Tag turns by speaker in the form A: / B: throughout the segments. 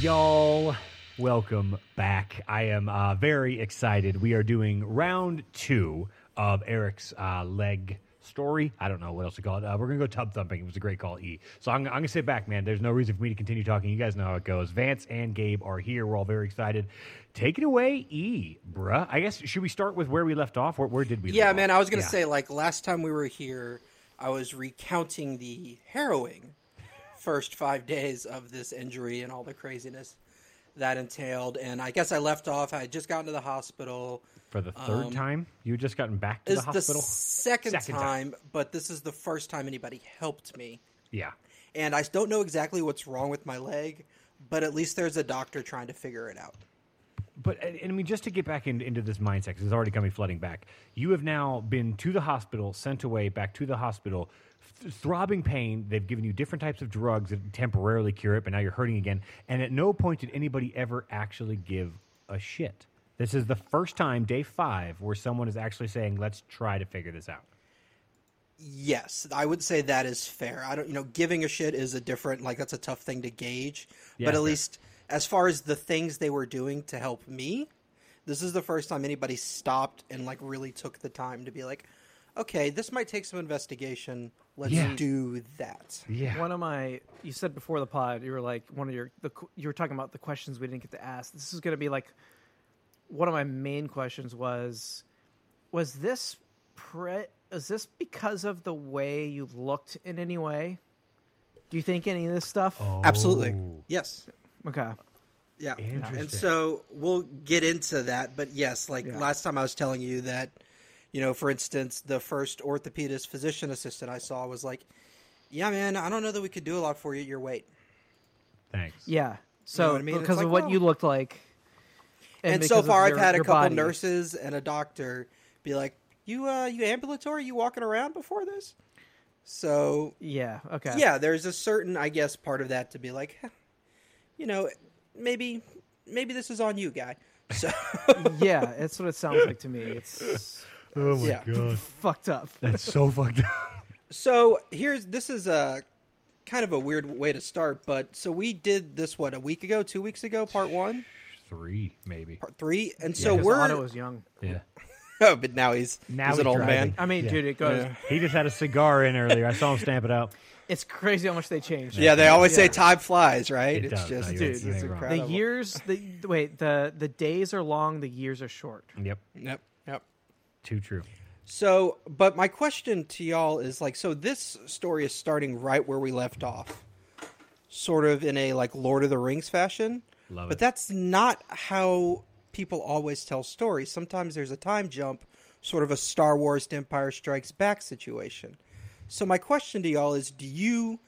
A: y'all. Welcome back. I am uh, very excited. We are doing round two of Eric's uh, leg story. I don't know what else to call it. Uh, we're going to go tub thumping. It was a great call, E. So I'm, I'm going to sit back, man. There's no reason for me to continue talking. You guys know how it goes. Vance and Gabe are here. We're all very excited. Take it away, E, bruh. I guess, should we start with where we left off? Where, where did we
B: Yeah,
A: leave
B: man,
A: off?
B: I was gonna
A: Yeah.
B: say like last time we were here, I was recounting the harrowing first five days of this injury and all the craziness that entailed. And I guess I left off. I had just gotten to the hospital.
A: For the third
B: um,
A: time, you just gotten back to
B: It's
A: the
B: the,
A: hospital?
B: second,
A: Second time.
B: time, but this is the first time anybody helped me.
A: yeah.
B: And I don't know exactly what's wrong with my leg, but at least there's a doctor trying to figure it out.
A: But and, and I mean, just to get back in, into this mindset, because it's already coming flooding back. You have now been to the hospital, sent away, back to the hospital, th- throbbing pain. They've given you different types of drugs that temporarily cure it, but now you're hurting again. And at no point did anybody ever actually give a shit. This is the first time, day five, where someone is actually saying, "Let's try to figure this out."
B: Yes, I would say that is fair. I don't, you know, giving a shit is a different, like, that's a tough thing to gauge.
A: Yeah,
B: but at
A: fair.
B: least as far as the things they were doing to help me, this is the first time anybody stopped and, like, really took the time to be like, okay, this might take some investigation. Let's
A: Yeah.
B: do that.
A: Yeah.
C: One of my, you said before the pod, you were like one of your, the, qu- you were talking about the questions we didn't get to ask. This is going to be like one of my main questions was, was this pre, is this because of the way you looked in any way? Do you think any of this stuff?
B: Absolutely.
A: Oh.
B: Yes.
C: Okay.
B: Yeah.
A: Interesting.
B: And so we'll get into that, but yes, like
C: Yeah.
B: last time I was telling you that, you know, for instance, the first orthopedist physician assistant I saw was like, "Yeah, man, I don't know that we could do a lot for you at your weight."
A: Thanks.
C: Yeah.
B: know
C: So
B: what I mean? It's
C: because
B: like,
C: of what
B: well-
C: you looked like.
B: And,
C: because
B: so
C: of
B: far,
C: your-
B: I've had a
C: your
B: couple
C: body.
B: nurses and a doctor be like, "You, uh, you ambulatory? You walking around before this?" So
C: Yeah. Okay.
B: yeah, there's a certain, I guess, part of that to be like, "Huh, you know, maybe, maybe this is on you, guy. So
C: yeah. That's what it sounds like to me. It's
A: Oh my
B: Yeah.
A: god,
C: fucked up.
A: that's so fucked up.
B: So here's this is a kind of a weird way to start, but so we did this what a week ago, two weeks ago, part one,
A: Three, maybe.
B: part three, and so
C: 'Cause
B: we're
C: Otto was young.
A: Yeah.
B: oh, but now he's
A: Now
B: he's
A: he's
B: an old
A: driving.
B: man.
C: I mean,
A: Yeah.
C: dude, it goes.
A: He just had a cigar in earlier. I saw him stamp it out.
C: It's crazy how much they changed.
B: Yeah, they always say
C: Yeah.
B: time flies, right?
A: It
B: it's
A: does. No,
B: just
A: you're-
B: it's
A: you're
B: it's
A: wrong. The
C: The
B: incredible.
C: years, the wait, the the days are long, the years are short.
A: Yep.
B: Yep, yep.
A: Too true.
B: So, but my question to y'all is like, so this story is starting right where we left off, sort of in a like Lord of the Rings fashion.
A: Love
B: but
A: it.
B: that's not how people always tell stories. Sometimes there's a time jump, sort of a Star Wars to Empire Strikes Back situation. So, my question to y'all is do you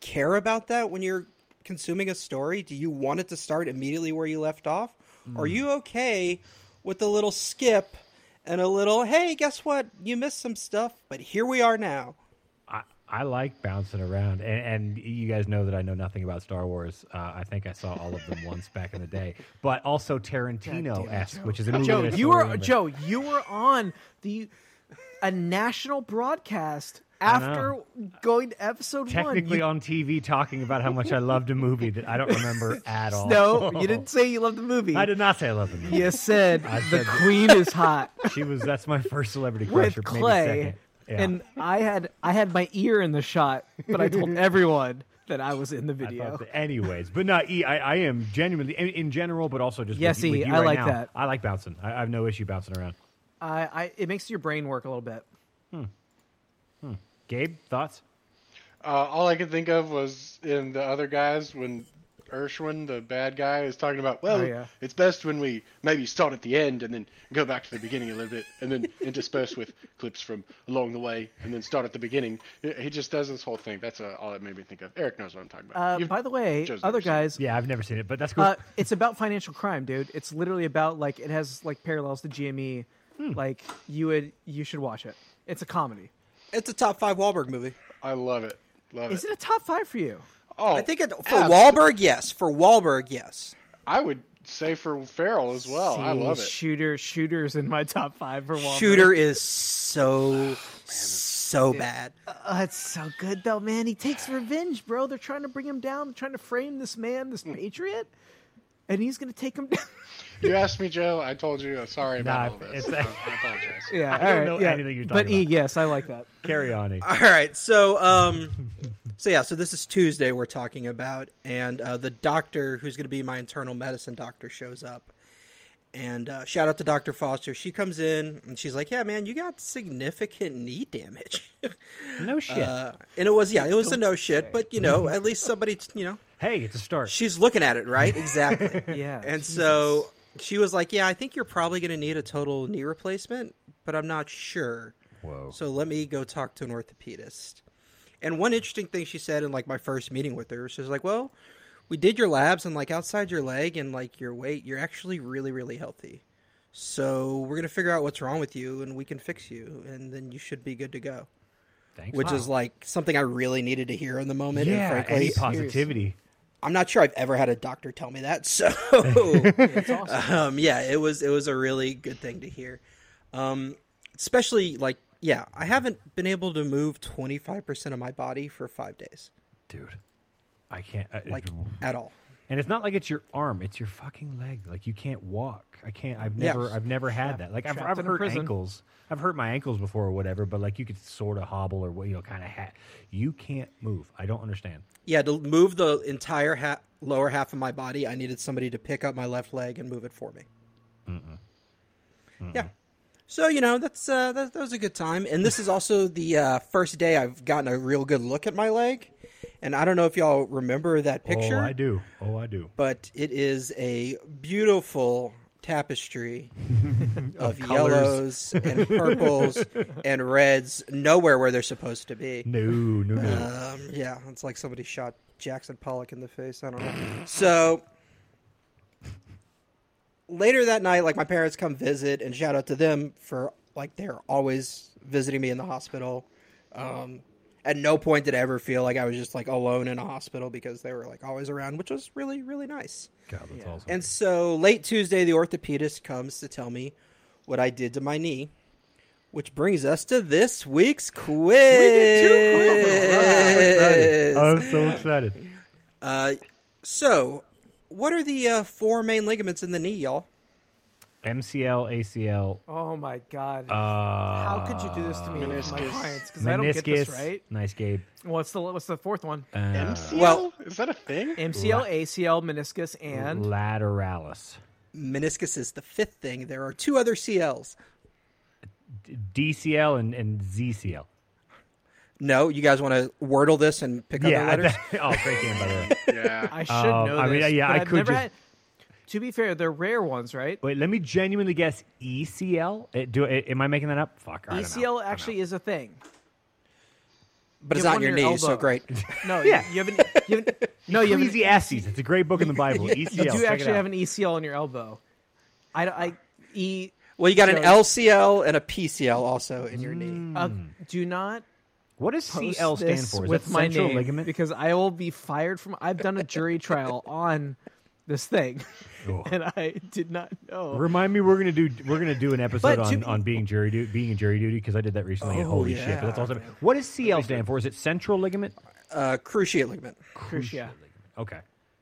B: care about that when you're consuming a story? Do you want it to start immediately where you left off?
A: Mm.
B: Are you okay with a little skip and a little, hey, guess what? You missed some stuff, but here we are now?
A: I, I like bouncing around, and, and you guys know that I know nothing about Star Wars. Uh, I think I saw all of them once back in the day, but also Tarantino esque, which is a movie.
C: Joe,
A: that I
C: you
A: still
C: were
A: remember.
C: Joe, you were on the a national broadcast after going to episode
A: technically
C: one.
A: on TV talking about how much I loved a movie that I don't remember at all.
C: You, no, you didn't say you loved the movie.
A: I did not say I loved the movie.
C: You said the
A: said-
C: queen is hot
A: She was. That's my first celebrity crush.
C: with
A: or maybe
C: Clay,
A: second. Yeah.
C: and I had I had my ear in the shot, but I told everyone that I was in the
A: I
C: video.
A: thought that- anyways, but no, E, I, I am genuinely in, in general, but also just
C: Yes,
A: with, you- with
C: E,
A: you
C: I
A: right
C: like
A: now,
C: that.
A: I like bouncing. I, I have no issue bouncing around.
C: I, I it makes your brain work a little bit.
A: Gabe, thoughts?
D: Uh, all I could think of was in the other guys when Ershwin, the bad guy, is talking about, well,
C: Oh, yeah.
D: it's best when we maybe start at the end and then go back to the beginning a little bit and then intersperse with clips from along the way and then start at the beginning. He- He just does this whole thing. That's uh, all it made me think of. Eric knows what I'm talking about.
C: Uh,
D: You've-
C: by the way,
D: Joe's
C: other
D: never seen
C: guys,
A: Yeah, I've never seen it, but that's cool.
C: uh, it's about financial crime, dude. It's literally about like it has like parallels to GME. Like you would, you should watch it. It's a comedy.
B: It's a top five Wahlberg movie.
D: I love it. Love
C: Is
D: it.
C: it a top five for you?
D: Oh,
B: I think it, for
D: abs-
B: Wahlberg, yes. For Wahlberg, yes.
D: I would say for Farrell as well. I
C: See,
D: love it.
C: Shooter, shooters in my top five for Wahlberg.
B: Shooter is so so bad.
C: Oh, it's so good though, man. He takes revenge, bro. They're trying to bring him down, trying to frame this man, this patriot, and he's gonna take him down.
D: You asked me, Joe. I told you. uh, Sorry about
A: Nah,
D: all this.
A: it's-
D: I apologize.
C: yeah,
A: I don't
C: all right,
A: know
C: yeah.
A: anything you're
C: But
A: talking
C: E,
A: about.
C: yes, I like that.
A: Carry on. E.
B: All right, so um, so yeah, so this is Tuesday we're talking about, and uh, the doctor who's going to be my internal medicine doctor shows up, and uh, shout out to Doctor Foster. She comes in and she's like, "Yeah, man, you got significant knee damage."
A: No shit.
B: uh, and it was yeah, it was a no shit, but you know, at least somebody you know
A: hey, it's a start.
B: she's looking at it right exactly.
C: Yeah,
B: And
C: Jesus.
B: so she was like, "Yeah, I think you're probably going to need a total knee replacement, but I'm not sure."
A: Whoa.
B: So let me go talk to an orthopedist. And one interesting thing she said in like my first meeting with her, she was like, "Well, we did your labs and like outside your leg and like your weight, you're actually really really healthy. So we're going to figure out what's wrong with you and we can fix you and then you should be good to go."
A: Thanks.
B: Which
A: Wow.
B: is like something I really needed to hear in the moment.
A: yeah,
B: and
A: any
B: frankly,
A: positivity.
B: I'm not sure I've ever had a doctor tell me that. So, um, yeah, it was it was a really good thing to hear. Um, especially like, yeah, I haven't been able to move 25% of my body for five days,
A: Dude, I can't. I,
B: like at all.
A: and it's not like it's your arm; it's your fucking leg. Like you can't walk. I can't. I've
B: Yeah.
A: never. I've never had that. Like I've,
C: trapped
A: I've
C: in a
A: hurt
C: prison.
A: ankles. I've hurt my ankles before or whatever. But like you could sort of hobble or what you know, kind of hat. You can't move. I don't understand.
B: Yeah, to move the entire ha- lower half of my body, I needed somebody to pick up my left leg and move it for me. Yeah. So you know that's uh, that, that was a good time, and this is also the uh, first day I've gotten a real good look at my leg, and I don't know if y'all remember that picture.
A: Oh, I do. Oh, I do.
B: but it is a beautiful tapestry of,
A: colours.
B: yellows and purples and reds nowhere where they're supposed to be.
A: No, no, no.
B: Um, yeah, it's like somebody shot Jackson Pollock in the face. I don't know. So later that night, like my parents come visit, and shout out to them for like they're always visiting me in the hospital. Um, at no point did I ever feel like I was just like alone in a hospital because they were like always around, which was really really nice.
A: God, that's awesome.
B: And so late Tuesday, the orthopedist comes to tell me what I did to my knee, which brings us to this week's quiz.
A: I'm so excited.
B: Uh, so, what are the uh, four main ligaments in the knee, y'all?
A: MCL,
C: Oh my god,
A: ACL.
C: how could you do this to me, my
D: Meniscus.
C: clients? Because
A: Meniscus.
C: I don't get this right.
A: Nice, Gabe.
C: What's the what's the fourth one?
A: Uh,
D: MCL?
B: Well-
D: is that a thing?
C: MCL, ACL, meniscus, and
A: Lateralis.
B: Meniscus is the fifth thing. There are two other CLs.
A: DCL and, and ZCL.
B: No, you guys want to wordle this and pick
A: Yeah.
B: other letters?
A: I- oh, great game, by the way.
D: yeah.
C: I should
A: Um,
C: know
A: I mean,
C: this.
A: yeah,
C: but
A: I
C: I've
A: could
C: never
A: just-
C: had- To be fair, they're rare ones, right?
A: Wait, let me genuinely guess ECL. Eh, do eh, am I making that up? Fuck. I don't know.
C: ECL
A: I don't
C: E actually is a thing.
B: But it's
C: You have
B: not
C: one
B: your
C: in
B: knee,
C: your
B: so
C: elbow.
B: great.
C: No,
A: Yeah.
C: you, you haven't. You haven't no,
A: know.
C: you haven't.
A: Ecclesiastes. It's a great book in the Bible. ECL.
C: You do
A: check
C: actually
A: it out.
C: have an ECL on your elbow. I, don't- I e.
B: Well, you got an
C: So-
B: LCL and a PCL also in your knee.
C: Uh, do not
A: Hmm. What does
C: post
A: CL stand
C: this
A: for? Is
C: with
A: that
C: my
A: central
C: name
A: ligament?
C: because I will be fired from. I've done a jury trial on this thing,
A: Oh.
C: and I did not know.
A: Remind me, we're gonna do we're gonna do an episode
C: But
A: on,
C: to-
A: on being jury duty, being in jury duty because I did that recently. and
B: Oh,
A: holy
B: yeah.
A: shit! But that's awesome. What does CL stand for? Is it central ligament?
B: Uh, cruciate ligament.
C: Crucia.
A: Okay.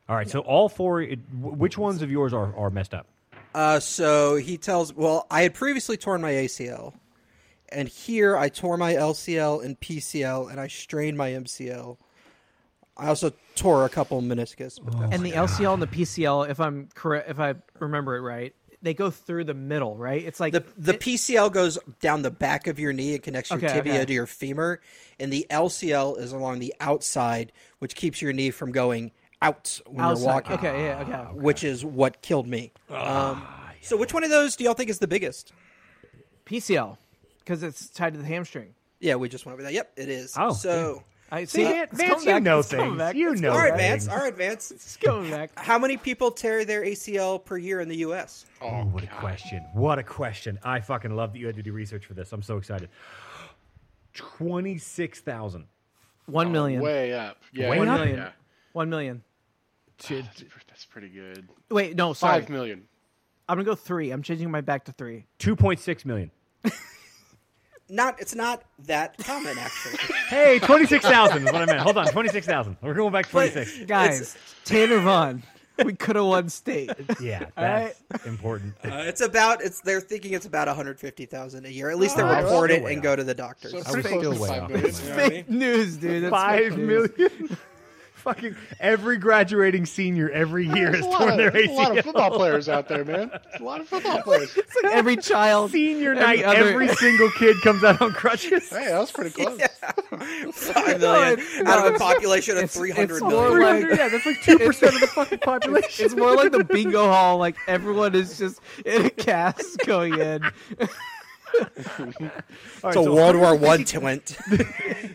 A: All right. So all four. It, wh- which ones of yours are, are messed up?
B: Uh, so he tells, well, I had previously torn my ACL, and here I tore my LCL and PCL, and I strained my MCL. I also tore a couple meniscus. But
A: Oh
B: that's,
C: And the LCL and the PCL, if I'm correct, if I remember it right, they go through the middle, right? It's like
B: the the PCL goes down the back of your knee and connects your
C: Okay,
B: tibia
C: okay.
B: to your femur, and the LCL is along the outside, which keeps your knee from going out when you're
C: outside.
B: walking,
C: Okay, yeah, okay.
B: which is what killed me. um, So, which one of those do y'all think is the biggest?
C: PCL because it's tied to the hamstring.
B: Yeah, we just went over that. Yep, it is.
A: Oh,
B: so.
C: I
A: See,
C: that-
A: Vance,
C: it's coming
A: you
C: back,
A: know
C: it's coming
A: things.
C: back,
A: You
C: it's
A: know
B: All
C: coming
B: right,
A: Right.
B: Vance. All right, Vance.
C: It's coming back.
B: How many people tear their ACL per year in the U.S.?
A: Oh, what a question! What a question! I fucking love that you had to do research for this. I'm so excited. Twenty six thousand.
C: One million.
D: Way up. Yeah.
A: Way
D: yeah,
A: up?
D: Yeah.
C: One million.
D: That's, pr- that's pretty good.
C: Wait, no, sorry.
D: Five million.
C: I'm gonna go three. I'm changing my back to three.
A: Two point six million.
B: not it's not that common actually.
A: Hey, 26,000 is what I meant. Hold on, 26,000. We're going back to 26.
C: Guys, Tanner Vaughn, we could have won state.
A: Yeah, that's important.
B: Uh, it's about it's they're thinking it's about 150,000 a year. At least they
A: Oh, that's
B: report
A: still
B: it
A: way
B: and
A: off.
B: go to the doctors.
D: So
A: I was
D: pretty close
A: still
D: to
A: way
D: five
A: off.
D: million.
A: It's
D: you know what I mean?
C: Fake news, dude. That's
A: Five
C: fake news.
A: million. Fucking every graduating senior every year
D: There's
A: has
D: a lot,
A: torn
D: of,
A: their
D: there's a lot of
A: ACL.
D: football players out there, man. There's a lot of football players. hey,
C: It's like every child.
A: Senior
C: every
A: night,
C: other-
A: every single kid comes out on crutches.
D: that was pretty close.
B: Five million
C: it-
B: out of
C: no,
B: a population of
C: it's-
B: three hundred
C: it's
B: million.
C: more like-
A: 300, yeah, that's like 2% of the fucking population.
C: It's more like the bingo hall. Like everyone is just in a cast going in.
A: All right,
B: It's a
A: so
B: World War One twint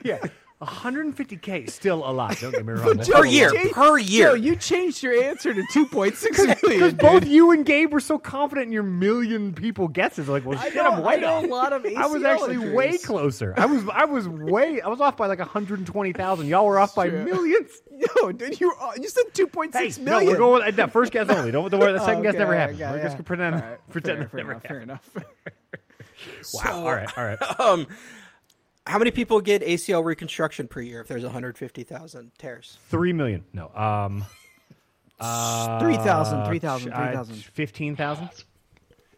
A: Yeah. 150k is still a lot. Don't get me wrong.
C: Joe,
B: per year.
C: Jake-
B: Per
C: Yo,
B: year.
C: you changed your answer to two point six million.
A: Because
C: dude.
A: both you and Gabe were so confident in your million people guesses. Like, well,
C: I
A: shit,
C: know,
A: I'm way
C: I know
A: off.
C: a lot of.
A: I was
C: ACL
A: actually way
C: injuries.
A: closer. I was I was way I was off by like 120,000. Y'all were off by
C: Sure.
A: millions.
C: No, dude, you were, you said two point
A: Hey,
C: six
A: no,
C: million.
A: we're going with that first guess only. Don't worry, the second guess never
C: Okay,
A: happened.
C: yeah,
A: we're
C: yeah.
A: just gonna pretend
C: All right,
A: pretend
C: fair,
A: it
C: fair
A: never
C: enough, fair
A: happened.
C: enough.
A: Wow. all right, all right.
B: Um, how many people get ACL reconstruction per year if there's 150,000 tears?
A: Three million. No. Um uh,
C: 3,000, 3,000,
A: uh,
C: 3,000.
A: 15,000?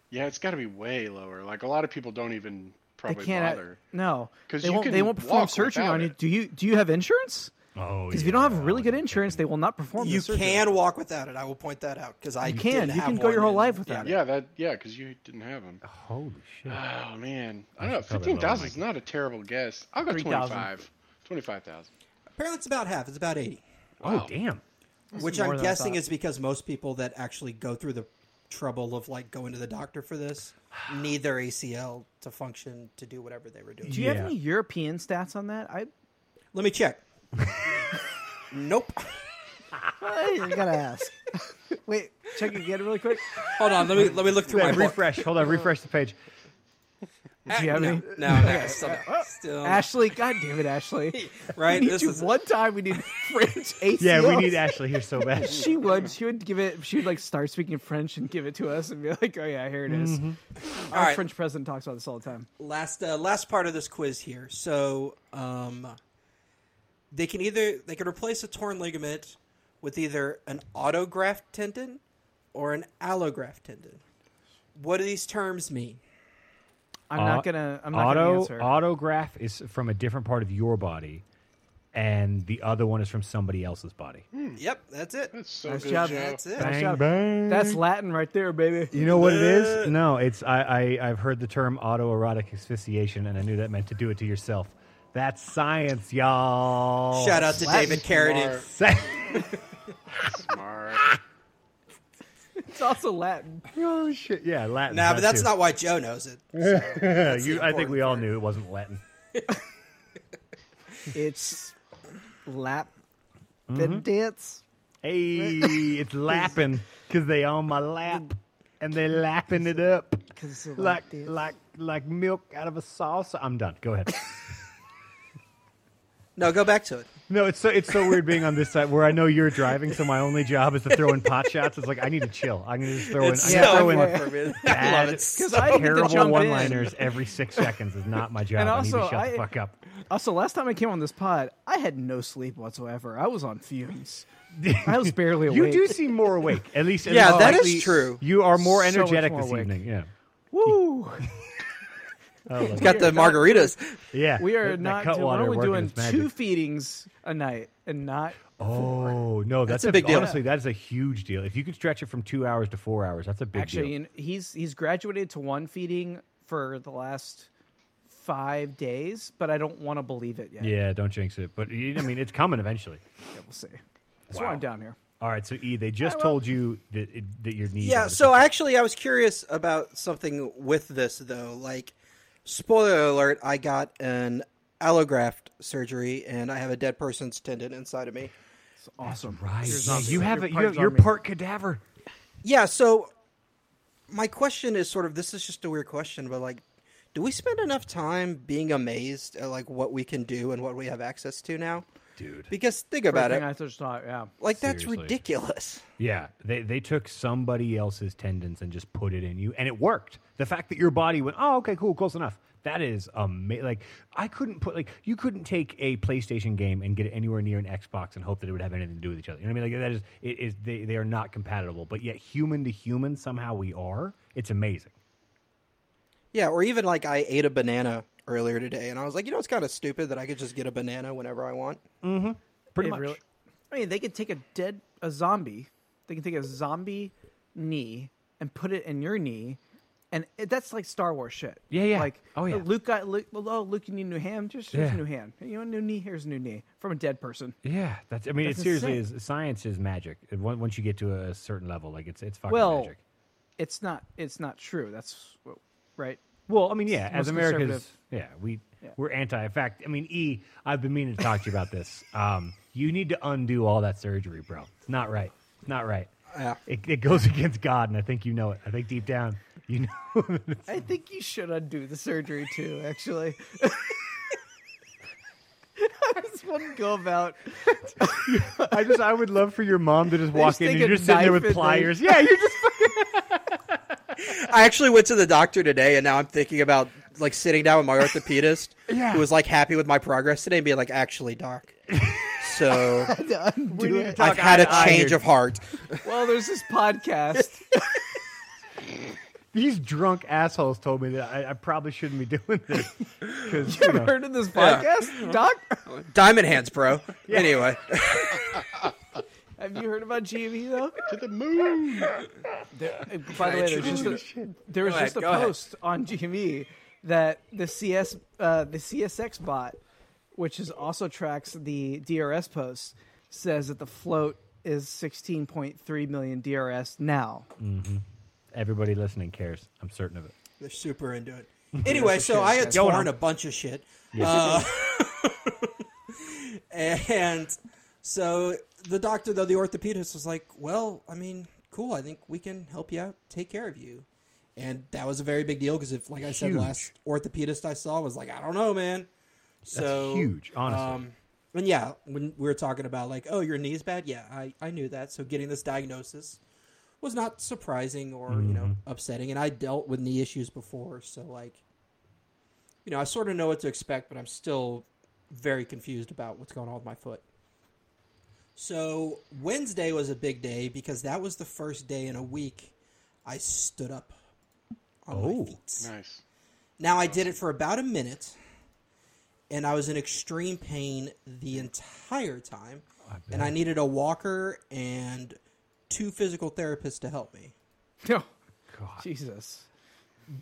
D: Yeah, it's got to be way lower. Like a lot of people don't even
C: They
D: probably
C: can't.
D: bother.
C: No,
D: 'Cause
C: they
D: you
C: won't. They
D: can
C: won't perform
D: walk
C: surgery
D: without
C: on you.
D: it.
C: Do you? Do you have insurance?
A: Oh,
C: Because if you don't have really good insurance, they will not perform. the
B: You
C: surgery.
B: can walk without it. I will point that out because I
C: You can.
B: didn't
C: You
B: have
C: can go your
B: one
C: whole
B: in-
C: life without it.
D: Yeah, that yeah, because you didn't have them.
A: Holy shit.
D: Oh man, I
A: should
D: don't know.
A: probably
D: Fifteen thousand is
A: lower
D: not a terrible guess. I'll go
C: 3,000.
D: 25. 25,000.
B: Apparently, it's about half. It's about 80,
A: Oh, damn.
B: which
C: more
B: I'm
C: than I
B: guessing
C: thought.
B: is because most people that actually go through the trouble of like going to the doctor for this need their ACL to function to do whatever they were doing.
C: Do you
A: Yeah.
C: have any European stats on that? I.
B: Let me check. nope.
C: I gotta ask. Wait, check again really quick.
B: Hold on. Let me let me look through
A: Yeah,
B: my book.
A: refresh. Hold on, refresh the page.
C: Do you have
B: no,
C: any?
B: no, no, still, no, still no.
C: Ashley, God damn it, Ashley.
B: right?
C: We need
B: This
C: you
B: is
C: one time. We need French ACLs.
A: Yeah, we need Ashley here so bad.
C: She would. She would give it. She would like start speaking French and give it to us and be like, "Oh yeah, here it is." Our
B: All right.
C: French president talks about this all the time.
B: last uh, last part of this quiz here. So um, they can either they can replace a torn ligament with either an autograft tendon or an allograft tendon. What do these terms mean?
C: I'm
A: Au-
C: not gonna. I'm not gonna
A: auto
C: answer.
A: autograph is from a different part of your body, and the other one is from somebody else's body.
B: Yep, that's it.
D: That's so
C: Nice
D: good,
C: job.
D: Joe.
B: That's it.
C: Nice
A: Bang,
C: job.
A: bang.
C: That's Latin right there, baby.
A: You know what it is? No, it's I, I I've heard the term autoerotic asphyxiation, and I knew that meant to do it to yourself. That's science, y'all.
B: Shout out to David Carradine.
D: Smart.
A: Sa-
D: Smart.
C: It's also Latin.
A: oh shit! Yeah, Latin.
B: Nah, but that's
A: too.
B: not why Joe knows it.
A: you,
B: the
A: I think we
B: important
A: all
B: part.
A: knew it wasn't Latin.
C: It's lap.
A: Mm-hmm.
C: The dance.
A: Hey, it's lapping because they on my lap and they lapping it up.
C: 'Cause it's a
A: like
C: lap dance.
A: like like milk out of a sauce. I'm done. Go ahead.
B: No, go back to it.
A: No, it's so it's so weird being on this side where I know you're driving, so my only job is to throw in pot shots. It's like I need to chill. I'm gonna just throw in.
B: It's
A: I'm gonna
B: so
A: throw in
B: important for me. I love
A: bad,
B: it.
C: Because I need to
A: terrible
C: jump in.
A: one-liners every six seconds is not my job.
C: And
A: I need
C: also,
A: to shut the
C: I-
A: fuck up.
C: Also, last time I came on this pod, I had no sleep whatsoever. I was on fumes. I was barely awake.
A: You do seem more awake, at least. at
B: Yeah,
A: least
B: that is
A: slightly-
B: true.
A: You are more
C: So much
A: energetic
C: more
A: this
C: awake.
A: evening. Yeah.
C: Woo!
B: It's got the margaritas.
A: Yeah,
C: We
A: that-
C: are
A: that
C: not.
A: cut
C: Doing, we're
A: water
C: only
A: working
C: doing
A: its magic.
C: two feedings a night, and not.
A: Oh no, that's,
B: a big deal.
A: Honestly, that is a huge deal. If you can stretch it from two hours to four hours, that's a big
C: Actually,
A: deal.
C: and he's he's graduated to one feeding for the last five days, but I don't want to believe it yet.
A: Yeah, don't jinx it. But you- I mean, it's coming eventually.
C: We'll see. That's why
A: Wow.
C: I'm down here.
A: All right, so E, they just told you that it, that your knees.
B: Yeah,
A: are-
B: so actually, I was curious about something with this, though. Like, spoiler alert, I got an allograft surgery and I have a dead person's tendon inside of me.
C: It's awesome.
A: right,
C: You're
A: yeah,
C: zombie.
A: you
C: You're
A: have a, you
C: part
A: have, you're
C: zombie.
A: part cadaver.
B: Yeah, so my question is sort of this is just a weird question, but like, do we spend enough time being amazed at like what we can do and what we have access to now?
A: Dude.
B: Because think about it,
C: Everything I just thought, yeah.
B: like that's
A: Seriously.
B: ridiculous.
A: Yeah, they they took somebody else's tendons and just put it in you, and it worked. The fact that your body went, oh, okay, cool, close enough, That is amazing. Like I couldn't put like you couldn't take a PlayStation game and get it anywhere near an Xbox and hope that it would have anything to do with each other. You know what I mean? Like that is it is they they are not compatible, but yet human to human somehow we are. It's amazing.
B: Yeah, or even like I ate a banana earlier today, and I was like, you know, it's kind of stupid that I could just get a banana whenever I want.
A: Pretty
C: It
A: much.
C: really- I mean, they can take a dead a zombie. They can take a zombie knee and put it in your knee, and it, that's like Star Wars shit.
A: Yeah, yeah.
C: Like,
A: Oh, yeah.
C: Luke got Luke. well, Oh, Luke, you need a new hand. Just here's
A: Yeah.
C: a new hand. You want a new knee? Here's a new knee from a dead person.
A: Yeah, that's. I mean,
C: That's
A: it seriously
C: insane.
A: is. Science is magic. It- on- Once you get to a certain level, like it's it's fucking
C: Well-
A: magic.
C: It's not. It's not true. That's what- right.
A: Well, I mean, yeah, as
C: most
A: Americans,
C: conservative.
A: yeah, we we're anti. In fact, I mean, E, I've been meaning to talk to you about this. Um, you need to undo all that surgery, bro. It's not right. It's not right.
B: Yeah.
A: It, it goes against God, and I think you know it. I think deep down, you know.
C: I think you should undo the surgery too. Actually, I just wouldn't go about.
A: I just, I would love for your mom to just walk
C: just
A: in and
C: take
A: you're
C: a
A: just sitting there
C: knife
A: with
C: and like-
A: pliers. Yeah, you're just.
B: I actually went to the doctor today, and now I'm thinking about like sitting down with my orthopedist,
A: Yeah.
B: who was like happy with my progress today, and being like, actually, doc. So
C: to undo
A: need to
C: it.
A: talk
B: I've had a
A: eye to eye
B: change
A: here.
B: of heart.
C: Well, there's this podcast.
A: These drunk assholes told me that I, I probably shouldn't be doing this because
C: you ever heard of this podcast, Doc?
B: Diamond hands, bro. Anyway,
C: Have you heard about GME though?
D: To the moon.
C: Uh, By the way, there's just a, there was
B: Go ahead,
C: just a
B: go ahead.
C: post on GME that the CS uh, the CSX bot, which is also tracks the DRS post, says that the float is 16.3 million DRS now.
A: everybody listening cares. I'm certain of it.
B: they're super into it. Anyway, so I had torn a bunch of shit. Uh, And so the doctor, though, the orthopedist was like, Well, I mean, cool. I think we can help you out, take care of you. And that was a very big deal because, if, like I said,
A: Huge.
B: last orthopedist I saw was like, I don't know, man. So um,
A: huge, honestly.
B: and yeah, when we were talking about, like, oh, your knee's bad. Yeah, I, I knew that. So getting this diagnosis was not surprising or, you know,
A: Mm-hmm.
B: upsetting. And I dealt with knee issues before. So, like, you know, I sort of know what to expect, but I'm still very confused about what's going on with my foot. So Wednesday was a big day because that was the first day in a week I stood up on
A: Oh.
B: my feet.
D: Nice.
B: Now I did it for about a minute, and I was in extreme pain the entire time, and I needed a walker and two physical therapists to help me.
C: No, Jesus.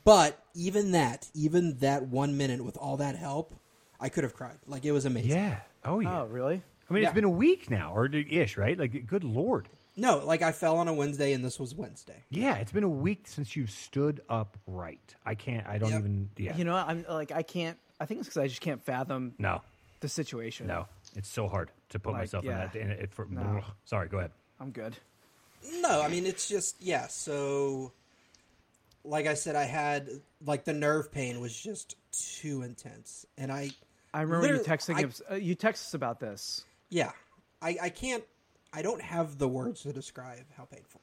B: But even that, even that one minute with all that help, I could have cried. Like it was amazing.
A: Yeah. Oh yeah.
C: Oh, really?
A: I mean,
B: Yeah.
A: it's been a week now, or ish, right? Like, good lord.
B: No, like I fell on a Wednesday, and this was Wednesday.
A: Yeah, it's been a week since you've stood upright. I can't. I don't
B: Yep.
A: even. Yeah.
C: You know, I'm like I can't. I think it's because I just can't fathom
A: no,
C: the situation.
A: no, it's so hard to put
C: Like,
A: myself in
C: yeah.
A: that. In it for,
C: No.
A: Sorry, go ahead.
C: I'm good.
B: No, I mean it's just yeah. So, like I said, I had like the nerve pain was just too intense, and I
C: I remember you
B: Literally,
C: texting.
B: I-
C: us- uh, you text us about this.
B: yeah, I I can't I don't have the words to describe how painful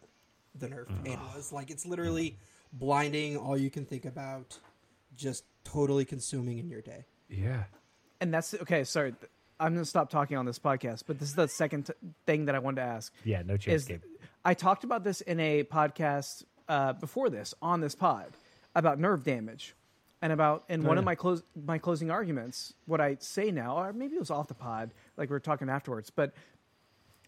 B: the nerve pain was. Like it's literally blinding. All you can think about, just totally consuming in your day.
A: Yeah.
C: and that's okay. Sorry, th- I'm gonna stop talking on this podcast, but this is the second t- thing that I wanted to ask.
A: Yeah. No chance.
C: Is
A: Gabe.
C: I talked about this in a podcast uh, before this on this pod about nerve damage, and about in one
A: Oh,
C: of
A: yeah.
C: my close my closing arguments, what I say now, or maybe it was off the pod, like we were talking afterwards, but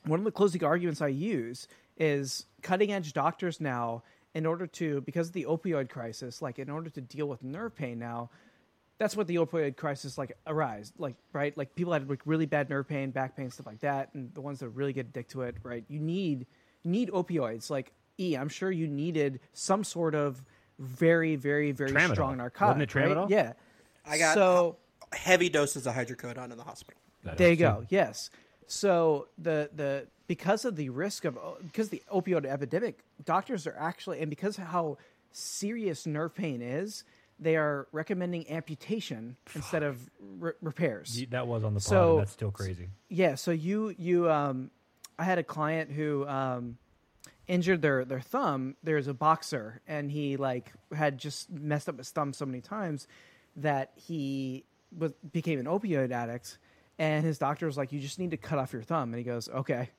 C: one of the closing arguments I use is cutting edge doctors now, in order to, because of the opioid crisis, like in order to deal with nerve pain now, that's what the opioid crisis like arise, like right, like people had like really bad nerve pain, back pain, stuff like that, and the ones that really get addicted to it, right? You need you need opioids, like E. I'm sure you needed some sort of very, very, very
A: Tramadol.
C: strong narcotic.
A: Wasn't it
C: right?
A: Tramadol?
C: Yeah,
B: I got-
C: so.
B: Heavy doses of hydrocodone in the hospital.
A: That
C: There
A: is
C: you
A: true.
C: go. Yes. So the the because of the risk of uh, because the opioid epidemic, doctors are actually and because of how serious nerve pain is, they are recommending amputation instead of re- repairs.
A: Y- That was on the pod.
C: So-
A: and that's still crazy.
C: Yeah, so you you um I had a client who um injured their their thumb. There's a boxer and he like had just messed up his thumb so many times that he was, became an opioid addict, and his doctor was like, "You just need to cut off your thumb." And he goes, "Okay,"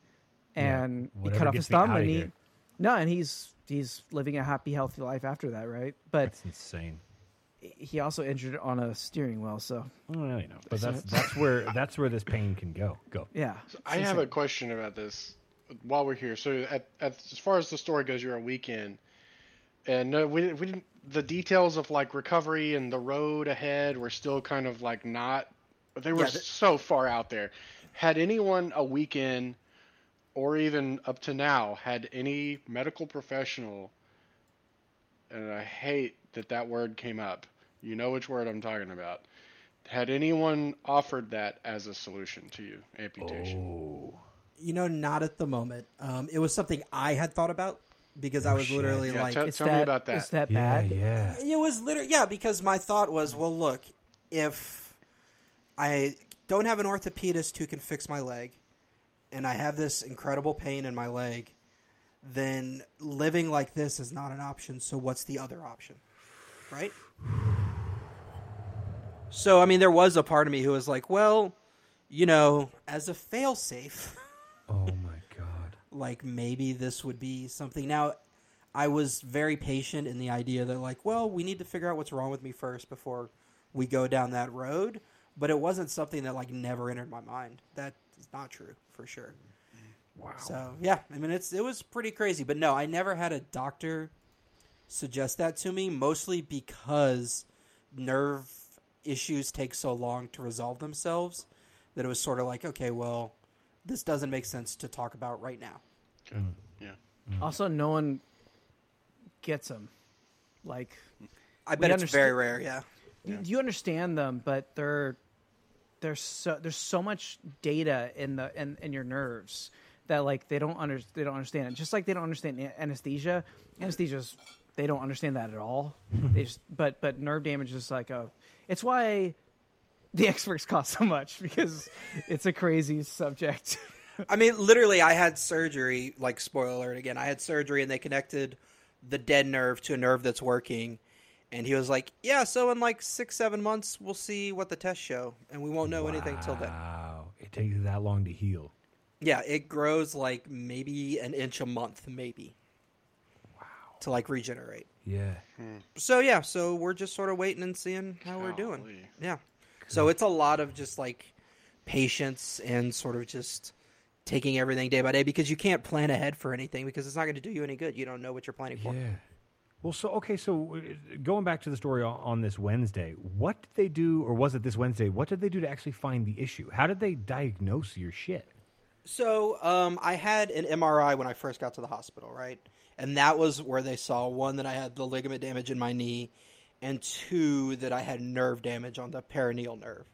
C: and he
A: whatever
C: cut off
A: gets
C: his
A: me
C: thumb,
A: outta
C: and he
A: here.
C: no, and he's he's living a happy, healthy life after that, right? But
A: That's insane.
C: he also injured it on a steering wheel, so
A: Well, you know, but that's that's where that's where this pain can go. Go.
C: yeah.
D: I
C: It's
D: have a
C: insane.
D: question about this while we're here. So, at, at, as far as the story goes, you're on weekend, and no, we didn't, we didn't. The details of like recovery and the road ahead were still kind of like not. They were
B: Yeah, th-
D: so far out there. Had anyone a weekend, or even up to now, had any medical professional? And I hate that that word came up. You know which word I'm talking about. Had anyone offered that as a solution to you, amputation?
A: Oh,
B: You know, not at the moment. Um, it was something I had thought about because I was
A: shit.
B: literally
D: Yeah,
B: like,
D: tell-
C: It's
D: tell me
C: that-
D: about that.
C: It's that
A: yeah,
C: bad.
A: yeah.
B: It was literally yeah, because my thought was, well, look, if I don't have an orthopedist who can fix my leg, and I have this incredible pain in my leg, then living like this is not an option. So what's the other option, right? So I mean, there was a part of me who was like, well, you know, as a failsafe.
A: Oh my god.
B: like maybe this would be something. Now, I was very patient in the idea that like, well, we need to figure out what's wrong with me first before we go down that road. But it wasn't something that like never entered my mind. That is not true for sure. Wow. So yeah, I mean it's it was pretty crazy. But no, I never had a doctor suggest that to me, mostly because nerve issues take so long to resolve themselves that it was sort of like, okay, well, this doesn't make sense to talk about right now.
D: Okay. Yeah.
C: Also, no one gets them. Like,
B: I bet it's
C: understa-
B: very rare, yeah.
C: you, you understand them, but they're there's so there's so much data in the in, in your nerves that like they don't under they don't understand it. Just like they don't understand a- anesthesia. Anesthesia's they don't understand that at all. they just but but nerve damage is like a it's why the experts cost so much because it's a crazy subject.
B: I mean, literally, I had surgery. Like, spoiler alert again. I had surgery, and they connected the dead nerve to a nerve that's working. And he was like, "Yeah, so in like six, seven months, we'll see what the tests show, and we won't know anything till then."
A: Wow. It takes that long to heal.
B: Yeah, it grows like maybe an inch a month, maybe. Wow. To like regenerate.
A: Yeah.
B: So yeah, so we're just sort of waiting and seeing how we're doing.
D: Golly.
B: Yeah. So it's a lot of just like patience and sort of just taking everything day by day because you can't plan ahead for anything because it's not going to do you any good. You don't know what you're planning for.
A: Yeah. Well, so okay, so uh, going back to the story on, on this Wednesday, what did they do, or was it this Wednesday? What did they do to actually find the issue? How did they diagnose your shit?
B: So um, I had an MRI when I first got to the hospital, right? And that was where they saw one that I had the ligament damage in my knee, and two that I had nerve damage on the perineal nerve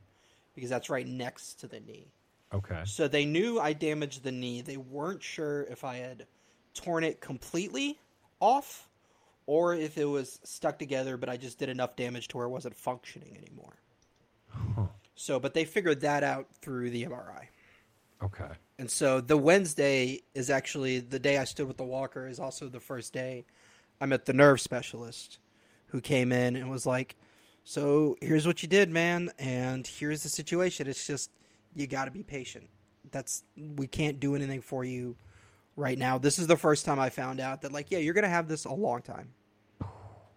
B: because that's right next to the knee.
A: Okay.
B: So they knew I damaged the knee. They weren't sure if I had torn it completely off or if it was stuck together, but I just did enough damage to where it wasn't functioning anymore. So, but they figured that out through the MRI.
A: Okay.
B: And so the Wednesday is actually the day I stood with the walker is also the first day I met the nerve specialist who came in and was like, "So, here's what you did, man, and here's the situation. It's just you got to be patient. That's we can't do anything for you right now. This is the first time I found out that like, yeah, you're going to have this a long time."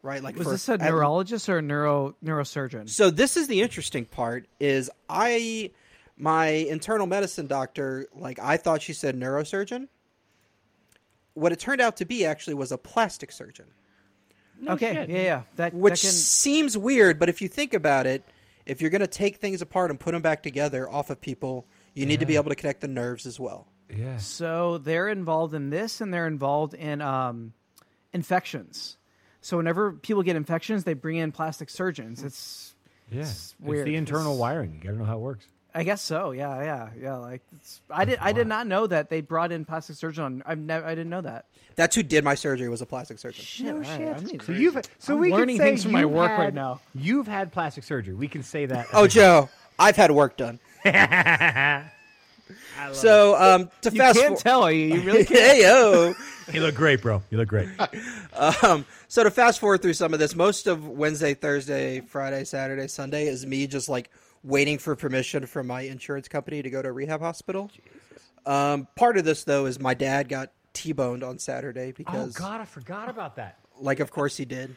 B: Right? Like
C: Was
B: for
C: this a
B: at
C: neurologist or a neuro neurosurgeon?
B: so this is the interesting part is I my internal medicine doctor like I thought she said neurosurgeon. What it turned out to be actually was a plastic surgeon,
C: okay,
A: shit.
C: yeah, yeah. That
B: which
C: that can,
B: seems weird, but if you think about it, if you're going to take things apart and put them back together off of people, you need to be
A: Yeah.
B: able to connect the nerves as well.
A: Yeah.
C: So they're involved in this, and they're involved in um, infections. So whenever people get infections, they bring in plastic surgeons.
B: Hmm.
C: It's,
A: Yeah.
C: it's
A: It's,
C: weird.
A: the internal
C: It's-
A: wiring. You gotta know how it works.
C: I guess so. Yeah, yeah, yeah. Like it's, I did, I did not know that they brought in plastic surgeon. On, I've never, I didn't know that.
B: That's who did my surgery was a plastic surgeon.
C: No shit.
A: So you've so
C: I'm
A: we
C: learning
A: can say
C: things from my
A: you've
C: work right
A: had-
C: now.
A: You've had plastic surgery. We can say that.
B: Oh, Joe, I've had work done. so um, to
C: You
B: fast
C: can't
B: for-
C: tell. You, you really can't.
B: hey yo
A: You look great, bro. You look great.
B: Um, so to fast forward through some of this, most of Wednesday, Thursday, Friday, Saturday, Sunday is me just like waiting for permission from my insurance company to go to a rehab hospital. Um, part of this though is my dad got T-boned on Saturday
A: oh
B: because,
A: God, I forgot about that.
B: like, of course he did.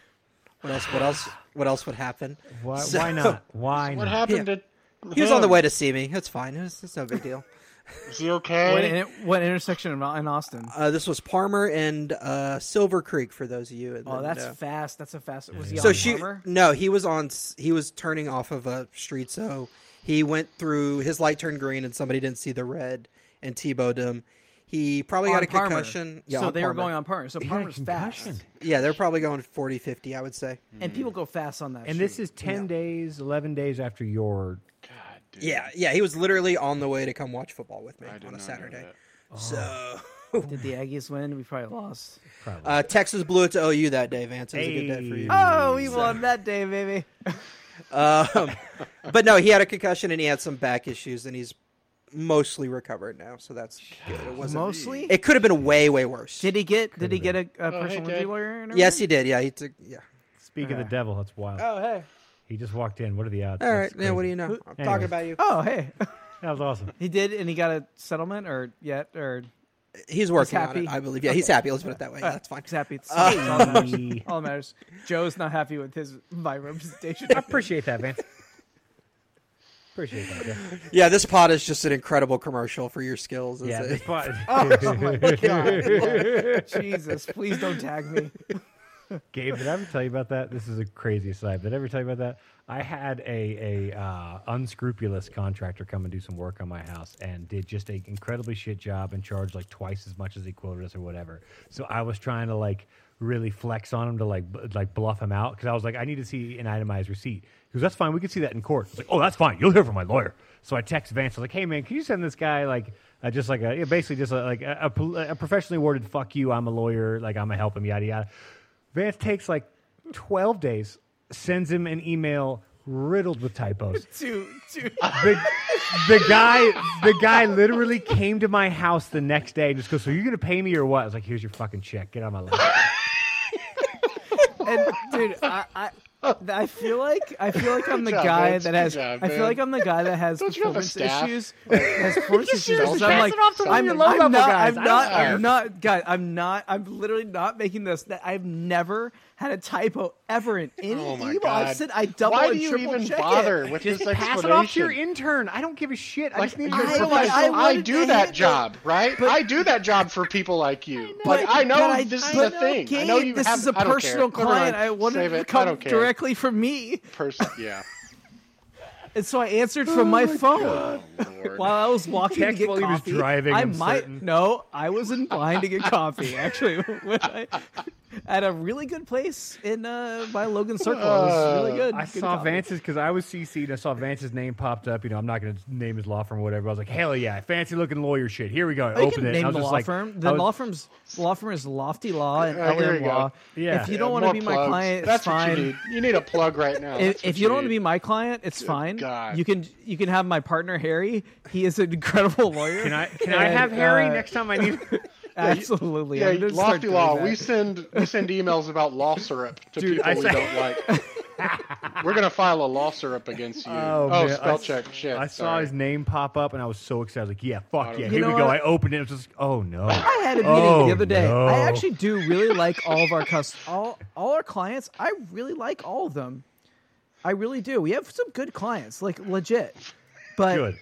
B: What else? What else? What else would happen?
A: Why,
B: So-
A: why not? Why
D: What
A: not?
D: happened to?
B: He was on the
D: him?
B: way to see me. It's fine. It's, it's no big deal.
D: Is he
C: What,
D: okay?
C: in, what intersection in, in Austin?
B: Uh, this was Palmer and uh, Silver Creek for those of you. in
C: Oh,
B: the
C: that's
B: know.
C: fast. That's a fast. Was he
B: so
C: on
B: she
C: Palmer?
B: no he was on s- he was turning off of a street so he went through his light turned green and somebody didn't see the red and t-bowed him he probably
C: on
B: got a
C: Palmer.
B: concussion yeah
C: so
B: on
C: they were
B: Palmer.
C: going on Palmer. So
A: He had a
C: Palmer's fast,
A: concussion.
B: yeah they're probably going 40 50 i would say
C: and people go fast on that.
A: And this is ten days, eleven days after your.
D: God, dude.
B: yeah yeah he was literally on the way to come watch football with me
D: I did
B: on
D: not
B: a
D: know
B: saturday
D: that.
B: so
C: Did the Aggies win? We probably lost.
A: Probably.
B: uh, texas blew it to ou that day vance it was a good day for
A: Hey.
B: you
C: Oh, we won that day, baby.
B: Um, but no, he had a concussion and he had some back issues, and he's mostly recovered now. So that's good. It wasn't.
C: Mostly.
B: It could have been way, way worse.
C: Did he get? Did he get a, a
D: hey,
C: personal
D: Jay.
C: injury lawyer? and
B: yes,
C: everything?
B: he did. Yeah, he took. Yeah.
A: Speak of the devil. That's wild.
B: Oh hey.
A: He just walked in. What are the odds?
B: All right.
A: That's
B: Yeah. What do
A: crazy.
B: you know? I'm
A: Anyway.
B: talking about you.
C: Oh, hey.
A: That was awesome.
C: he did, and he got a settlement, or yet, or
B: He's working on
C: happy?
B: it. I believe. Yeah, he's happy. Let's put it that way. Yeah, that's fine.
C: he's happy. It's,
B: Uh,
C: it's all that matters. All that matters. Joe's not happy with his my representation.
A: I appreciate that, Vance. appreciate that. Jeff.
B: Yeah, this pod is just an incredible commercial for your skills.
A: Yeah,
B: Yeah,
A: this part.
C: Jesus, please don't tag me.
A: Gabe, did I ever tell you about that? This is a crazy aside. Did I ever tell you about that? I had a a uh, unscrupulous contractor come and do some work on my house and did just an incredibly shit job and charged like twice as much as he quoted us or whatever. So I was trying to like really flex on him to like b- like bluff him out because I was like, I need to see an itemized receipt. He goes, that's fine. We can see that in court. I was like, oh, that's fine. You'll hear from my lawyer. So I text Vance. I was like, hey man, can you send this guy like uh, just like a yeah, basically just a, like a, a, pol- a professionally awarded fuck you. I'm a lawyer. Like I'm gonna help him. Yada yada. Vance takes like 12 days, sends him an email riddled with typos.
C: Two, two.
A: The, the guy the guy literally came to my house the next day and just goes, So you're gonna pay me or what? I was like, here's your fucking check. Get out of my life.
C: And dude, I, I, I feel like I feel like I'm the
D: Good job,
C: guy
D: Vince.
C: that has.
D: Good job,
C: I feel
D: man.
C: like I'm the guy that has
D: Don't you have a
C: performance
D: staff?
C: issues. has performance issues.
D: seriously
C: because I'm
D: pass
C: like,
D: it off to one of
C: I'm,
A: your low
C: I'm
A: level
C: not.
A: guys. I
C: I'm
A: don't
C: not.
A: care.
C: I'm not. Guy, I'm not. I'm literally not making this. That I've never had a typo ever in any
D: Oh my
C: email.
D: god!
C: I've said I double
D: Why
C: and
D: do you
C: triple
D: even
C: check
D: bother
C: it.
D: with
A: Just
D: this
A: pass
D: explanation?
A: it off to your intern. I don't give a shit. I
D: Like,
A: just need
D: you
A: your
C: I
D: realize
C: like,
D: I,
C: I wanted
D: do
C: to
D: that
C: hit-
D: job, right?
C: but-
D: I do that job for people like you.
C: But-
D: But, I know
C: but I-
D: this
C: I
D: is the
C: know,
D: thing. I know
C: Gabe,
D: you
C: this
D: have.
C: is a
D: I don't care.
C: personal
D: Never
C: client.
D: mind.
C: I wanted
D: Save
C: to
D: it. I
C: come
D: don't care.
C: directly from me,
D: Person, yeah.
C: and so I answered
D: Oh
C: from my phone.
D: Lord.
C: While I was walking
A: Text
C: to get
A: while he was
C: coffee,
A: driving,
C: I
A: I'm
C: might
A: certain.
C: no, I was in line to get coffee actually when I, at a really good place in uh, by Logan Circle. It was really good.
A: Uh, I
C: good
A: saw
C: coffee.
A: Vance's because I was CC'd. And I saw Vance's name popped up. You know, I'm not going to name his law firm or whatever. I was like, hell yeah, fancy looking lawyer shit. Here we go. I
C: Oh, you
A: opened
C: can
A: it. and I
C: name
A: was
C: the
A: just
C: law
A: like,
C: firm.
A: I
C: The
A: was-
C: law firm's law firm is Lofty Law and
D: Uh, here we
C: LM
D: go.
C: Law.
A: Yeah.
C: If you
A: Yeah,
C: don't want
D: More
C: to be my
D: plug.
C: client,
D: That's
C: it's fine.
D: What you, need. you need a plug right now.
C: If, if you don't want to be my client, it's fine.
D: God.
C: You can you can have my partner Harry. He is an incredible lawyer.
A: Can I can I
C: And,
A: have Harry
C: uh,
A: next time I need?
C: Absolutely.
D: yeah,
C: I'm gonna start
D: lofty
C: doing
D: law.
C: that.
D: We send we send emails about law syrup to
A: Dude,
D: people
A: I
D: we
A: saw-
D: don't like. We're gonna file a law syrup against you.
A: Oh, man,
D: spell
A: I-
D: check. Shit.
A: I saw
D: sorry. Oh
A: his name pop up and I was so excited. I was like, yeah, fuck yeah, here
D: You
A: we
C: know
A: go.
C: what?
A: I opened it. It was just, oh no.
C: I had a meeting
A: Oh,
C: the other day. I
A: no.
C: actually do really like all of our cus- all all our clients. I really like all of them. I really do. We have some good clients, like legit. But
A: Good.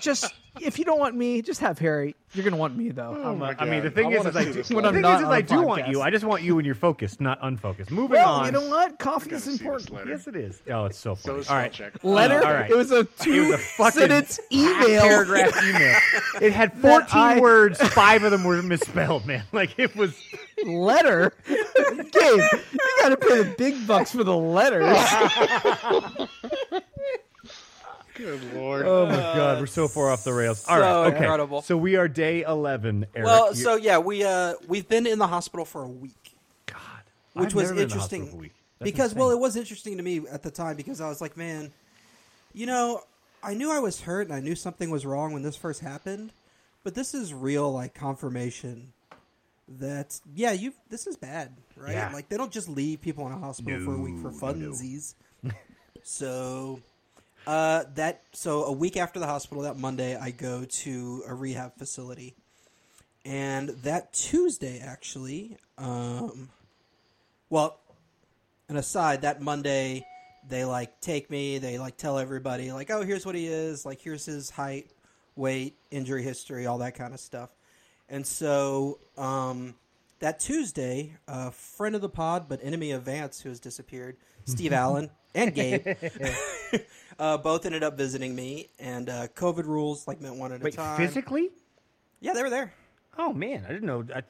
C: just if you don't want me, just have Harry. You're gonna want me though. Um,
D: Oh my
A: I mean, the
D: God.
A: thing
D: I
A: is,
D: wanna
A: is I
D: see
A: do,
D: this
A: the
D: letter.
C: I'm
A: thing
C: not
A: is, is
C: on a
A: I do want
C: podcast.
A: you. I just want you when you're focused, not unfocused. Moving
C: well,
A: on.
C: you know what? Coffee
D: gotta
C: is
D: see this Oh,
C: important.
D: letter.
A: Yes, it is. Oh, it's so
D: So
A: funny.
D: is
A: All
D: spell
A: right.
D: check.
C: Letter.
A: All right.
C: It was a
A: It was
C: two
A: a fucking
C: sentence email.
A: paragraph email. It had 14
C: I-
A: words. Five of them were misspelled, man. Like it was.
C: letter. Gabe, you gotta pay the big bucks for the letters.
D: Good lord.
A: Oh my god, we're so far off the rails. All right,
B: Uh, so
A: okay.
B: incredible.
A: So we are day 11, Eric.
B: Well,
A: You-
B: so yeah, we uh we've been in the hospital for a week,
A: God,
B: which
A: I've
B: was
A: never been in the hospital
B: interesting
A: for a week. That's
B: because well,
A: insane.
B: it was interesting to me at the time because I was like, man, you know, I knew I was hurt and I knew something was wrong when this first happened, but this is real like confirmation that yeah, you this is bad, right?
A: Yeah.
B: Like they don't just leave people in a hospital for a week for
A: No, no, no.
B: funsies. so uh that so a week after the hospital that Monday I go to a rehab facility. And that Tuesday actually, um well, an aside that Monday they like take me, they like tell everybody like, "Oh, here's what he is, like here's his height, weight, injury history, all that kind of stuff." And so um, that Tuesday, a friend of the pod but enemy of Vance, who has disappeared, Steve Allen and Gabe, uh, both ended up visiting me. And uh, COVID rules like meant one at
A: Wait,
B: a time.
A: physically?
B: Yeah, they were there.
A: Oh man, I didn't know. I,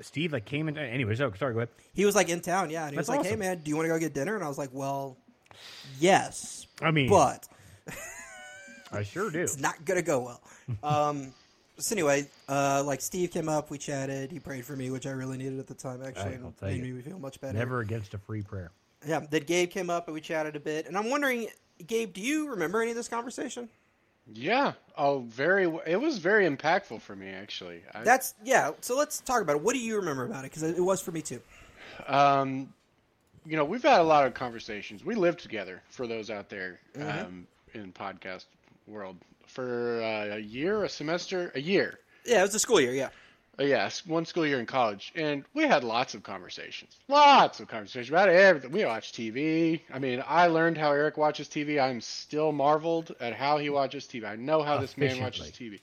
A: Steve like came in. Anyways, oh, sorry. Go ahead.
B: He was like in town, yeah, and he
A: That's
B: was like, "Hey
A: awesome.
B: man, do you want to go get dinner?" And I was like, "Well, yes,
A: I mean,
B: but."
A: I sure do.
B: it's not gonna go well. Um, so anyway, uh, like Steve came up, we chatted, he prayed for me, which I really needed at the time. Actually,
A: I'll
B: and
A: tell
B: made
A: you.
B: me feel much better.
A: Never against a free prayer.
B: Yeah. Then Gabe came up and we chatted a bit, and I'm wondering, Gabe, do you remember any of this conversation?
D: Yeah. Oh, very. w- It was very impactful for me actually. I,
B: That's yeah. So let's talk about it. What do you remember about it? Because it was for me too.
D: um, you know, we've had a lot of conversations. We lived together for those out there
A: Mm-hmm.
D: um, in podcast world for uh, a year, a semester, a year.
B: Yeah, it was the school year. Yeah.
D: Uh, yeah, s- one school year in college, and we had lots of conversations, lots of conversations about everything. We watched TV. I mean, I learned how Eric watches TV. I'm still marveled at how he watches TV. I know how this man watches TV.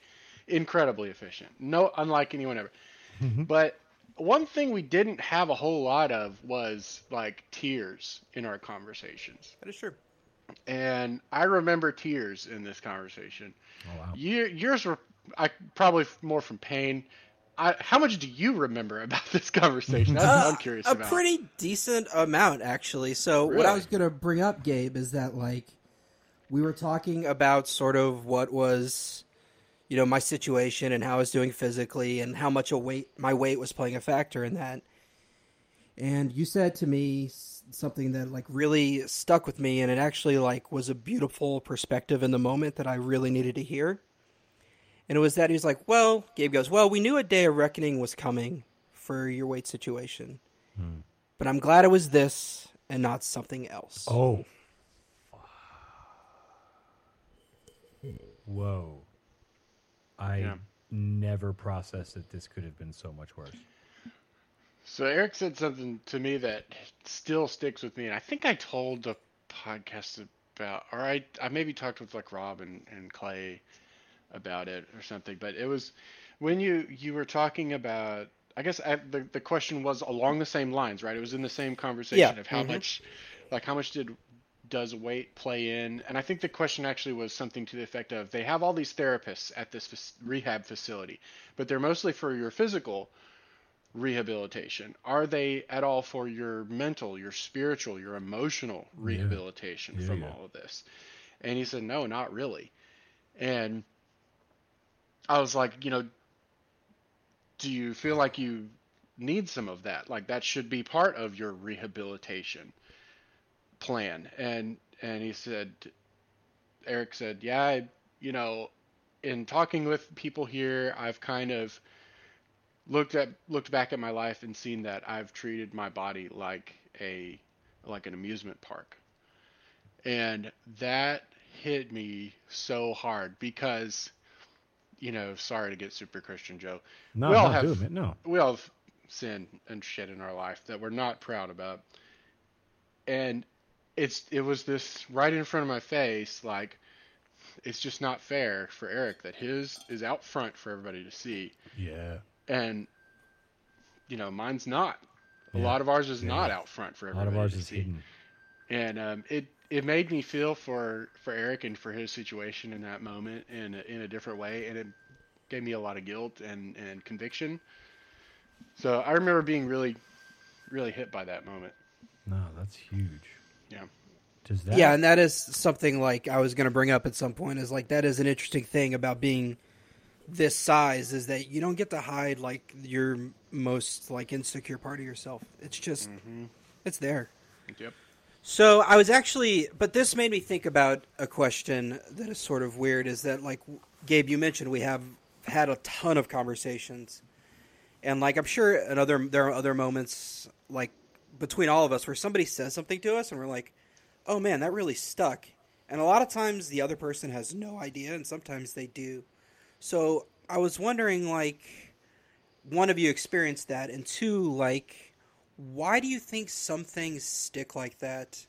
D: Incredibly efficient. No, unlike anyone ever. But one thing we didn't have a whole lot of was like tears in our conversations
B: That is true.
D: and I remember tears in this conversation.
A: Oh, wow.
D: Your, yours were I probably f- more from pain. I, how much do you remember about this conversation? That's what I'm curious
B: Uh, a
D: about.
B: pretty decent amount actually so what i
D: Really?
B: was going to bring up gabe is that like we were talking about sort of what was you know my situation and how i was doing physically and how much a weight my weight was playing a factor in that and you said to me s- something that like really stuck with me and it actually like was a beautiful perspective in the moment that i really needed to hear and it was that he was like well gabe goes well we knew a day of reckoning was coming for your weight situation but i'm glad it was this and not something else
A: Oh. Whoa. I
D: Yeah.
A: never processed that this could have been so much worse.
D: So Eric said something to me that still sticks with me, and I think I told the podcast about, or I, I maybe talked with like Rob and, and Clay about it or something. But it was when you you were talking about. I guess I, the the question was along the same lines, right? It was in the same conversation
B: Yeah,
D: of how
B: mhm.
D: much, like how much did does weight play in? And I think the question actually was something to the effect of they have all these therapists at this fac- rehab facility, but they're mostly for your physical rehabilitation? Are they at all for your mental, your spiritual, your emotional rehabilitation
A: Yeah,
D: from
A: yeah.
D: all of this? And he said, No, not really. And I was like, You know, do you feel like you need some of that? Like that should be part of your rehabilitation plan. And and he said Eric said, "Yeah, I, you know, in talking with people here, I've kind of looked at looked back at my life and seen that I've treated my body like a like an amusement park. And that hit me so hard because you know, sorry to get super Christian, Joe.
A: No,
D: We all
A: no,
D: have-
A: doing it. No.
D: We all have sin and shit in our life that we're not proud about. And it's it was this right in front of my face, like it's just not fair for Eric that his is out front for everybody to see
A: Yeah.
D: and you know mine's not a
A: Yeah.
D: lot of ours is
A: Yeah.
D: not out front for
A: A lot
D: everybody
A: of ours
D: to
A: is
D: see.
A: hidden.
D: and um, it it made me feel for for eric and for his situation in that moment in a, in a different way and it gave me a lot of guilt and and conviction so i remember being really really hit by that moment
A: No, that's huge.
D: yeah
A: Does that?
B: yeah and that is something like i was going to bring up at some point is like that is an interesting thing about being this size is that you don't get to hide like your most like insecure part of yourself it's just it's there
D: yep
B: So I was actually, but this made me think about a question that is sort of weird. Is that like Gabe? You mentioned we have had a ton of conversations, and like I'm sure another there are other moments like between all of us where somebody says something to us and we're like, "Oh man, that really stuck." And a lot of times the other person has no idea and sometimes they do. So, I was wondering like one of you experienced that and two like why do you think some things stick like that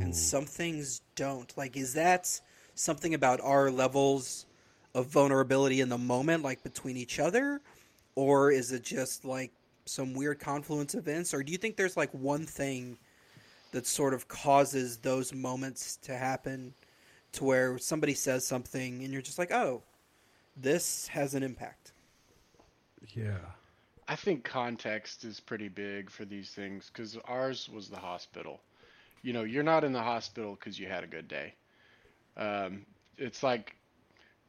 B: and some things don't? Like is that something about our levels of vulnerability in the moment like between each other or is it just like some weird confluence events or do you think there's like one thing that sort of causes those moments to happen to where somebody says something and you're just like oh this has an impact
A: Yeah.
D: I think context is pretty big for these things because ours was the hospital. You know, you're not in the hospital because you had a good day. Um, it's like,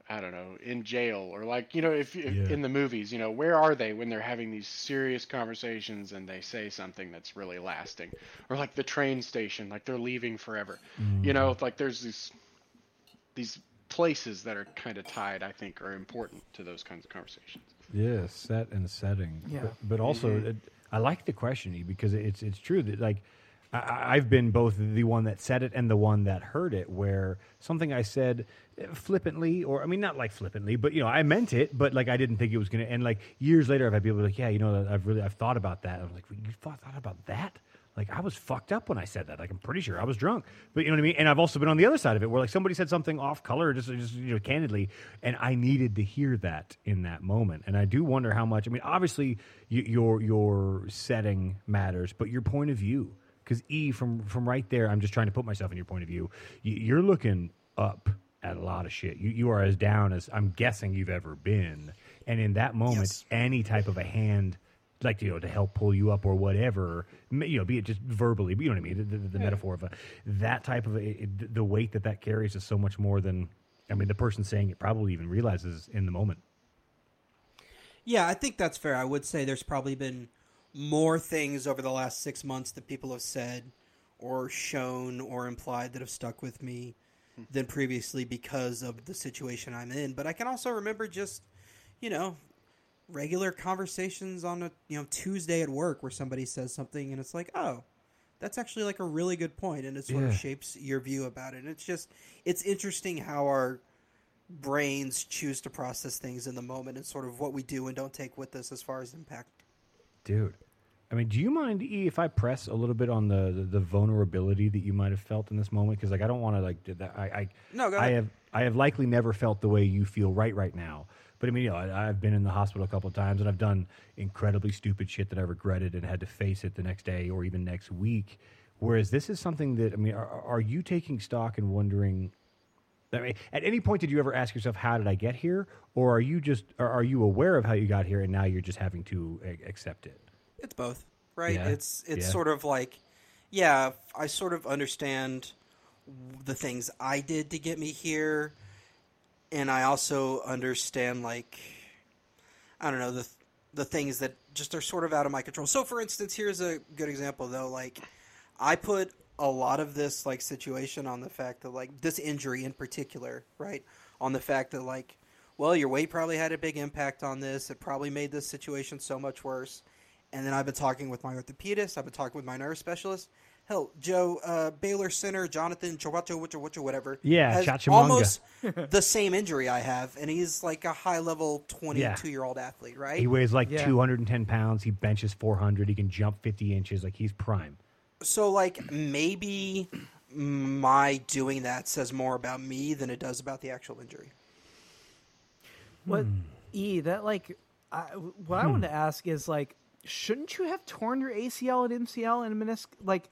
D: I don't know, in jail or like, you know, if, if
A: Yeah.
D: in the movies, you know, where are they when they're having these serious conversations and they say something that's really lasting? Or like the train station, like they're leaving forever. You know, like there's these these places that are kind of tied, I think, are important to those kinds of conversations.
A: Yeah, set and setting.
C: Yeah.
A: But, but also, it, I like the question E, because it's it's true that like I- I, I've been both the one that said it and the one that heard it, where something I said eh, flippantly, or I mean, not like flippantly, but you know, I meant it, but like I didn't think it was gonna. And like years later, I've had people like, yeah, you know, I've really I've thought about that. I'm like, you thought, thought about that? Like I was fucked up when I said that. Like I'm pretty sure I was drunk, but you know what I mean. And I've also been on the other side of it, where like somebody said something off color, just just you know candidly, and I needed to hear that in that moment. And I do wonder how much. I mean, obviously y- your your setting matters, but your point of view. Because E from from right there, I'm just trying to put myself in your point of view. Y- You're looking up at a lot of shit. You you are as down as I'm guessing you've ever been. And in that moment,
B: Yes.
A: any type of a hand like you know to help pull you up or whatever m- you know be it just verbally but you know what i mean the, the, the metaphor of a, that type of a, it- the weight that that carries is so much more than i mean the person saying it probably even realizes in the moment
B: yeah i think that's fair i would say there's probably been more things over the last six months that people have said or shown or implied that have stuck with me than previously because of the situation i'm in but i can also remember just you know regular conversations on a you know Tuesday at work where somebody says something and it's like, oh, that's actually like a really good point, and it sort of
A: Yeah.
B: shapes your view about it. And it's just it's interesting how our brains choose to process things in the moment and sort of what we do and don't take with us as far as impact.
A: dude i mean do you mind e if i press a little bit on the the, the vulnerability that you might have felt in this moment because like i don't want to like do that i i
B: No, go
A: i
B: ahead.
A: have i have likely never felt the way you feel right right now but i mean you know I, i've been in the hospital a couple of times and i've done incredibly stupid shit that i regretted and had to face it the next day or even next week whereas this is something that i mean are, are you taking stock and wondering I mean, at any point did you ever ask yourself how did i get here or are you just or are you aware of how you got here and now you're just having to a- accept it
B: It's both, right?
A: Yeah,
B: It's it's
A: yeah.
B: sort of like, yeah, I sort of understand the things I did to get me here, and I also understand like, I don't know the the things that just are sort of out of my control. So, for instance, here's a good example though. Like, I put a lot of this like situation on the fact that like this injury in particular, right? On the fact that like, well, your weight probably had a big impact on this. It probably made this situation so much worse. And then I've been talking with my orthopedist. I've been talking with my nerve specialist. Hell, Joe uh, Baylor Center, Jonathan Chawacho, Wacho, Wacho, whatever.
A: Yeah,
B: has
A: Chachamunga.
B: almost the same injury I have, and he's like a high level twenty two year old athlete, right?
A: he weighs like
C: Yeah.
A: 210 pounds he benches 400 he can jump 50 inches like he's prime
B: so like maybe my doing that says more about me than it does about the actual injury.
C: What E that like? I, what I want to ask is like, shouldn't you have torn your ACL and MCL and menisc? Like,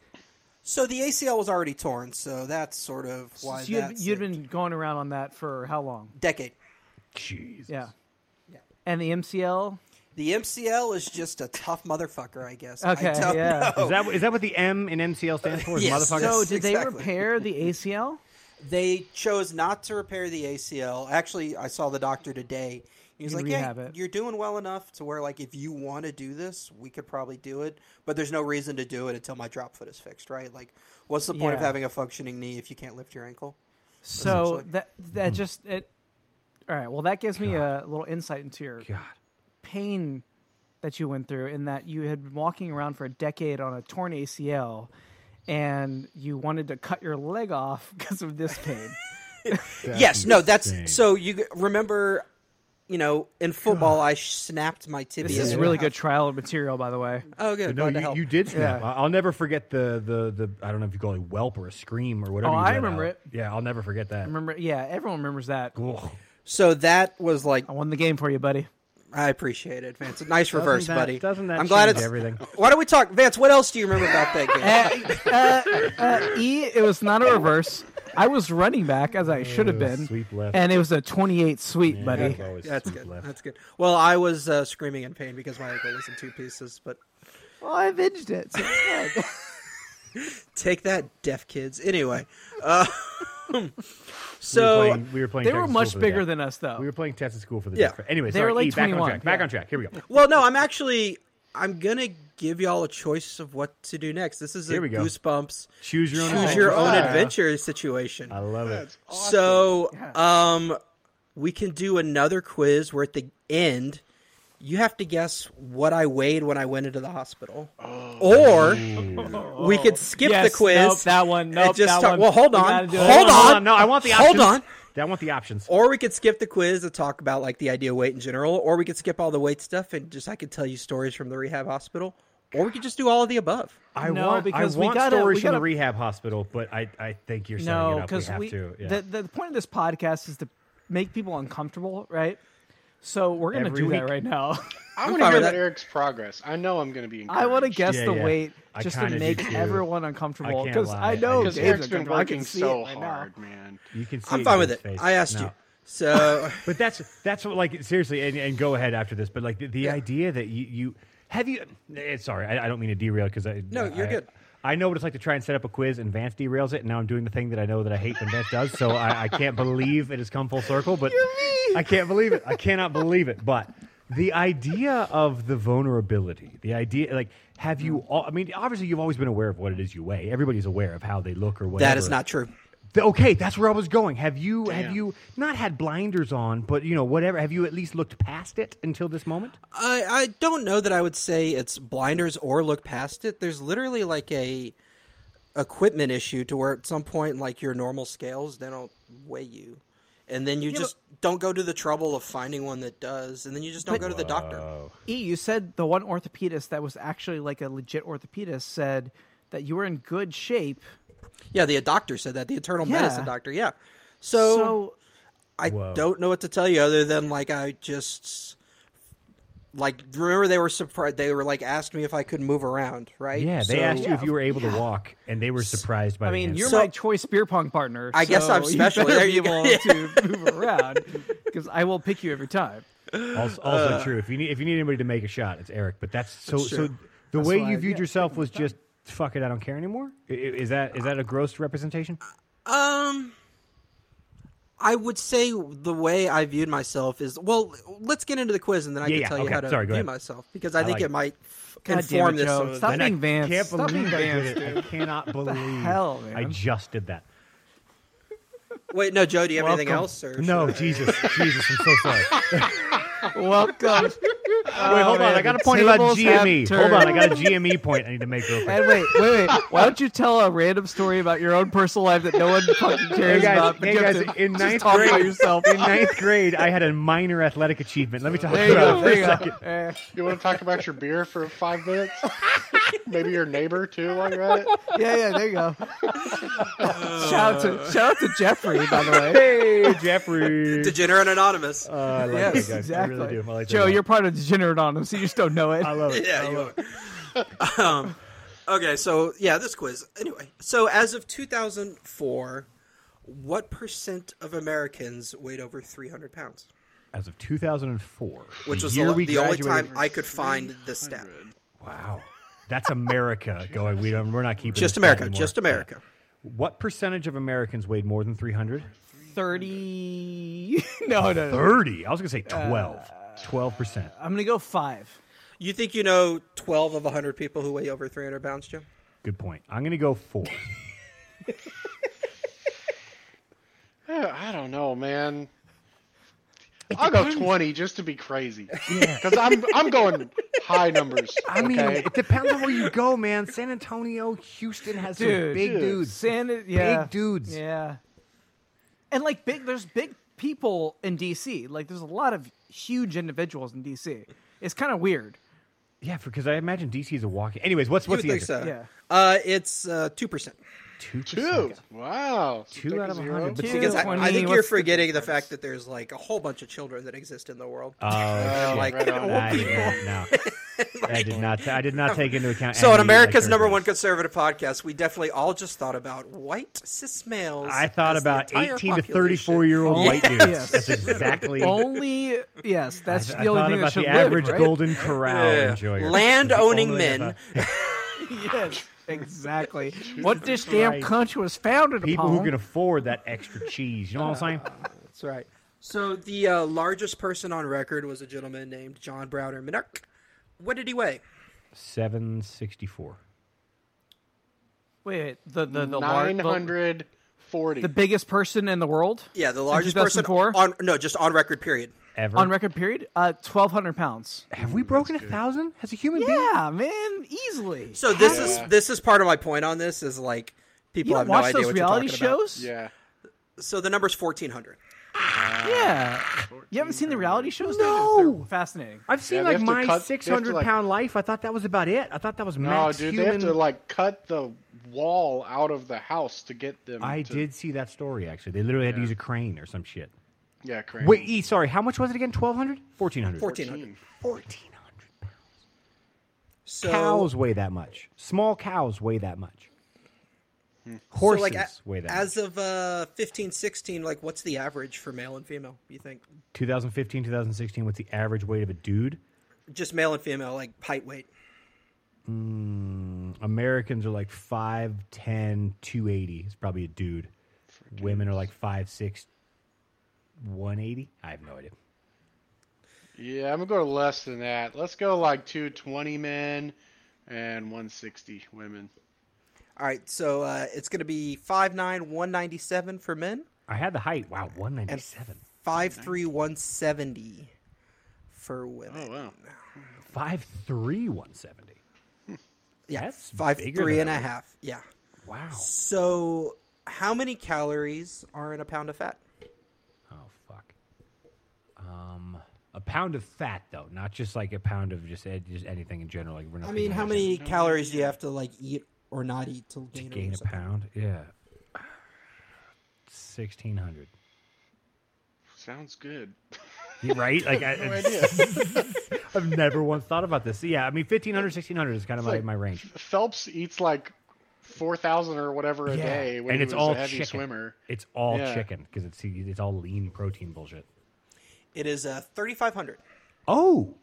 B: So the ACL was already torn, so that's sort of why
C: you had,
B: that's a
C: you'd been going around on that for how long?
B: decade.
A: jeez
C: Yeah.
B: Yeah.
C: And the MCL.
B: The MCL is just a tough motherfucker, I guess. I
C: Okay,
B: don't
C: yeah.
B: know.
A: is that is that what the m in mcl stands for is
B: Yes.
A: motherfucker
C: So
B: Yes,
C: did they
B: exactly.
C: repair the ACL?
B: they chose not to repair the ACL. Actually, I saw the doctor today. He was
C: You
B: like, "Yeah,
C: rehab it."
B: you're doing well enough to where like if you want to do this, we could probably do it, but there's no reason to do it until my drop foot is fixed, right? Like, what's the point of
C: Yeah.
B: having a functioning knee if you can't lift your ankle?"
C: So
B: Essentially.
C: that that just it. All right. Well, that gives me a little insight into your
A: god
C: pain that you went through in that you had been walking around for a decade on a torn ACL and you wanted to cut your leg off because of this pain.
B: yes, no, that's
A: insane.
B: so you g- remember, you know, in football, I snapped my tibia.
C: This is
B: in
C: really
B: half.
C: good trial material, by the way.
B: Oh, good.
A: No,
B: glad to
A: you,
B: help.
A: you did snap.
C: Yeah.
A: I- I'll never forget the, the the I don't know if you call it whelp or a scream or whatever.
C: Oh,
A: you
C: I
A: let
C: remember
A: out.
C: it.
A: Yeah, I'll never forget that.
C: Remember? Yeah, everyone remembers that.
A: Ugh.
B: So that was like
C: I won the game for you, buddy.
B: I appreciate it, Vance. Nice reverse,
A: that-
B: buddy.
A: doesn't that
B: I'm glad
A: change
B: it's
A: everything?
B: Why don't we talk, Vance? What else do you remember about that game?
C: Uh, uh, uh, e, it was not a reverse. I was running back as I should have been,
A: sweep left.
C: and it was a 28 sweep, buddy.
A: Oh, Yeah, it's always
B: That's
A: sweep
B: good.
A: left.
B: That's good. Well, I was uh, screaming in pain because my ankle was in two pieces. But
C: Well, I avenged it. so it's good.
B: take that, deaf kids. Anyway, uh,
A: We were
B: so
A: playing- we were playing.
C: they were
A: Texas
C: much
A: school for the
C: bigger
A: deaf.
C: than us, though.
A: we were playing Texas school for the
B: Yeah.
A: yeah. Anyway,
C: They
A: sorry,
C: were like
A: E, back on
C: 21,
A: track. Back
C: yeah.
A: on track. Here we go.
B: well, no, I'm actually I'm gonna give y'all a choice of what to do next. This is a
A: Here we go.
B: goosebumps.
A: Choose your own.
B: Choose
A: adventure.
B: your own
D: Yeah.
B: adventure situation.
A: I love it.
D: That's awesome.
B: So, um, we can do another quiz. We're at the end. You have to guess what I weighed when I went into the hospital,
A: Oh.
B: or we could skip
C: Yes,
B: the quiz.
C: nope, that one,
B: and
C: nope,
B: just
C: that
B: talk-
C: one.
B: Well, hold
C: We
B: on,
C: gotta do it.
B: hold,
C: Hold
B: on,
C: on,
A: No, I want the options.
B: hold on.
A: I want the options.
B: Or we could skip the quiz and talk about like the idea of weight in general, or we could skip all the weight stuff and just I could tell you stories from the rehab hospital, or we could just do all of the above.
A: I
C: No,
A: want,
C: because
A: I
C: we
A: want
C: gotta-
A: stories
C: we
A: from the
C: gotta-
A: rehab hospital, but I, I think you're setting
C: no,
A: it up. We
C: because
A: have
C: we,
A: to. Yeah.
C: the, the the point of this podcast is to make people uncomfortable, right? So we're gonna
A: Every
C: do that
A: week.
C: right now.
D: I
B: I'm fine
D: want to hear
B: with
D: about
B: that.
D: Eric's progress. I know I'm going to be. Encouraged.
C: I want to guess
A: Yeah,
C: the
A: yeah.
C: weight
A: I
C: just to
A: kinda do
C: make
A: too.
C: everyone uncomfortable
A: can't
C: because
A: lie.
C: I know
A: Because
C: Dave's
D: Because Eric's been
C: uncomfortable. I can
D: working
C: see
D: so
C: it right now.
D: hard, man.
A: you can see
B: I'm fine
A: in
B: with
A: his
B: it.
A: face.
B: I asked
A: No.
B: you. So
A: But that's that's what like seriously, and, and go ahead after this. But like the, the idea that you, you have you. eh, Sorry, I, I don't mean to derail because I
B: No, you're
A: I-
B: good.
A: I know what it's like to try and set up a quiz, and Vance derails it, and now I'm doing the thing that I know that I hate when Vance does. So I, I can't believe it has come full circle. But I can't believe it. I cannot believe it. But the idea of the vulnerability, the idea like have you?
B: Mm.
A: All, I mean, obviously you've always been aware of what it is you weigh. Everybody's aware of how they look or whatever.
B: that is not true.
A: Th- Okay, that's where I was going. Have you have
D: Damn.
A: you not had blinders on, but you know whatever? Have you at least looked past it until this moment?
B: I, I don't know that I would say it's blinders or look past it. There's literally like a equipment issue to where at some point like your normal scales they don't weigh you. And then you just don't go to the trouble of finding one that does, and then you just don't go to the doctor.
C: E, you said the one orthopedist that was actually like a legit orthopedist said that you were in good shape.
B: Yeah, the doctor said that, the internal
C: Yeah.
B: medicine doctor, yeah. So,
C: So,
B: I
A: Whoa.
B: don't know what to tell you other than like I just like remember they were surprised they were like asked me if I could move around, right?
A: Yeah, they
B: So-
A: asked you if you were able to walk, and they were surprised by.
C: I
A: the
C: mean,
A: answer.
C: you're
B: So-
C: my choice beer pong partner.
B: I guess
C: so
B: I'm special.
C: You better
B: There
C: be
B: you go.
C: able to move around because I will pick you every time.
A: also, also
C: uh,
A: true. If you need if you need anybody to make a shot, it's Eric. But that's so so.
B: true.
A: The way
C: why-
A: you viewed
C: yeah,
A: yourself was just fuck it. I don't care anymore. I- i- Is that is that a gross representation?
B: Um, I would say the way I viewed myself is well. Let's get into the quiz, and then I
A: Yeah,
B: can
A: yeah,
B: tell you
A: okay,
B: how to
A: sorry, go
B: view
A: ahead.
B: myself because I, think
A: like
B: it,
A: it.
B: might
C: damn
B: conform
C: it,
B: this.
C: Joe.
B: some of
C: Stop
B: the-
A: I
C: being Vance.
A: can't
C: Stop
A: believe
C: being
A: I
C: Vance,
A: did it. I cannot believe
C: hell,
A: I
C: man?
A: just did that.
B: Wait, no, Joe, do you have anything
C: Welcome.
B: else? Or
A: No,
B: should I-
A: Jesus, Jesus, I'm so sorry.
C: Welcome.
A: Wait, hold on.
C: Oh, man,
A: I got a
C: the
A: point about
C: tables have
A: GME. Hold on, I
C: turned.
A: got a GME point I need to make real quick.
C: And wait, wait, wait. Why don't you tell a random story about your own personal life that no one fucking
A: Hey
C: cares
A: guys,
C: about? but
A: hey
C: you have
A: guys,
C: to
A: in
C: just
A: ninth
C: talk about
A: grade-
C: yourself.
A: In ninth grade, I had a minor athletic achievement. Let me talk
C: There you
A: about
C: go.
A: it for
C: There
A: a
C: you go.
A: second.
C: Eh.
D: You want to talk about your beer for five minutes? Maybe your neighbor too while you're at it.
C: Yeah, yeah, there you go. shout out to shout out to Jeffrey, by the way.
A: Hey, Jeffrey.
B: Degenerate Anonymous.
A: Uh, I like
C: Yes,
A: you guys.
C: exactly.
A: I really do. I like that a
C: Joe,
A: lot.
C: you're part of Degenerate on so you just don't know it.
A: I love it.
B: yeah, you are. um, okay, so yeah, this quiz. Anyway, so as of 2004, what percent of Americans weighed over 300 pounds?
A: As of 2004,
B: Which
A: the
B: was
A: year
B: the,
A: we
B: the only
A: graduated-
B: time I could find this stat.
A: Wow, that's America going. We don't. We're not keeping
B: Just
A: this down
B: America,
A: anymore.
B: just America.
A: What percentage of Americans weighed more than 300?
C: Thirty no, Oh, no, Uh, no.
A: 30. I was gonna say 12. 12 percent.
C: I'm gonna go five.
B: You think you know 12 of 100 people who weigh over 300 pounds, Jim?
A: Good point. I'm gonna go four.
D: Uh, Eh, I don't know, man. I'll go twenty just to be crazy. Because I'm I'm going high numbers.
A: I mean,
D: okay?
A: it depends on where you go, man. San Antonio, Houston has some
C: Dude,
A: big
D: dude.
A: dudes.
C: San, yeah,
A: dudes.
C: Yeah, and like big. There's big people in DC. Like there's a lot of huge individuals in DC. It's kind of weird.
A: yeah, because I imagine DC is a walking. Anyways, what's
B: You
A: what's
B: would
A: the
B: think
A: answer?
B: so.
C: Yeah.
B: Uh, it's uh, 2%.
A: Two
D: two. Wow. So
A: Two
D: take
A: out
D: a
A: of a
D: zero.
A: hundred, but
C: Two.
B: Because I, I
C: 20,
B: think you're
C: what's the
B: forgetting the
C: difference?
B: fact that there's like a whole bunch of children that exist in the world.
A: Oh, shit.
B: like,
D: right on.
B: old
A: I,
B: people.
A: yeah, no. I did not. I did not take into account.
B: So,
A: any,
B: in America's
A: like,
B: number one
A: third
B: conservative podcast, we definitely all just thought about white cis males.
A: race. I thought
B: as the
A: about
B: entire
A: eighteen to
B: population.
A: thirty-four year old
C: Yes.
A: white dudes.
C: Yes.
A: That's exactly.
C: Only yes, that's
A: I
C: the only
A: thought
C: thing that
A: about
C: should
A: the
C: live,
A: average
C: right?
A: golden corral enjoyer.
B: Land-owning
A: Only
B: men.
A: about
C: yes, exactly. what this damn
A: Christ.
C: country was founded
A: People
C: upon.
A: who can afford that extra cheese. You know what I'm saying?
B: That's right. So, the uh, largest person on record was a gentleman named John Browder Minark. What did he weigh?
A: Seven sixty-four.
C: wait, wait, the the the, lar-
D: Nine
C: the
D: hundred forty.
C: the biggest person in the world
B: Yeah, the largest person
C: 2004?
B: on no, just on record. Period.
A: Ever
C: on record period, uh, twelve hundred pounds.
A: Have we broken a thousand? Has a human being?
C: Yeah, man, easily.
B: So this
D: Yeah.
B: is this is part of my point on this is like people
C: you
B: have
C: don't
B: no
C: watch
B: idea
C: those
B: what you're
C: reality
B: talking about.
C: shows?
D: Yeah.
B: So the number's fourteen hundred.
C: Yeah. You haven't seen the reality shows? They're-
A: No.
C: They're fascinating.
A: I've seen
D: Yeah, they
A: like
D: have to
A: my
D: cut- they have to,
A: six hundred pound
D: like-
A: life. I thought that was about it. I thought that was
D: No,
A: max
D: Oh, dude,
A: human.
D: they have to like cut the wall out of the house to get them.
A: I
D: to-
A: did see that story actually. They literally had to use a crane or some shit.
D: Yeah, crazy.
A: Wait, E, sorry, how much was it again? 1200 1400
B: Fourteen hundred.
A: 1400 pounds.
B: So
A: cows weigh that much. Small cows weigh that much. Horses
B: Hmm. so like a-
A: weigh that
B: as of uh, fifteen sixteen, like what's the average for male and female? You think
A: 2015, 2016, what's the average weight of a dude?
B: just male and female, like height weight?
A: Americans are like 5'10, 280. It's probably a dude. Women are like 5'6, 180. I have no idea.
D: Yeah, I'm gonna go less than that. Let's go like two twenty men and one sixty women.
B: All right, so uh, it's going to be five nine one ninety seven for men,
A: I had the height. Wow, 197.
B: five three one seventy for women.
D: Oh wow.
A: 5'3, 170.
B: yeah,
A: that's
B: five
A: bigger
B: three
A: than
B: and
A: I
B: a
A: was.
B: half. Yeah.
A: Wow.
B: So how many calories are in a pound of fat?
A: Oh fuck. Um, a pound of fat though, not just like a pound of just ed- just anything in general. Like we're not.
B: I mean,
A: thinking
B: how
A: about
B: many calories do you have to like eat or not eat to
A: just
B: gain,
A: gain
B: or
A: a
B: something?
A: pound? Yeah, sixteen hundred.
D: Sounds good.
A: Right? Like I, have never once thought about this. Yeah, I mean, 1500, 1600 is kind of my,
D: like-
A: my range.
D: Phelps eats like four thousand or whatever a
A: Yeah,
D: day when
A: and
D: he
A: it's
D: was
A: all
D: a heavy
A: chicken.
D: swimmer.
A: It's all
D: Yeah.
A: chicken because it's it's all lean protein bullshit.
B: It is uh, 3,500.
A: Oh.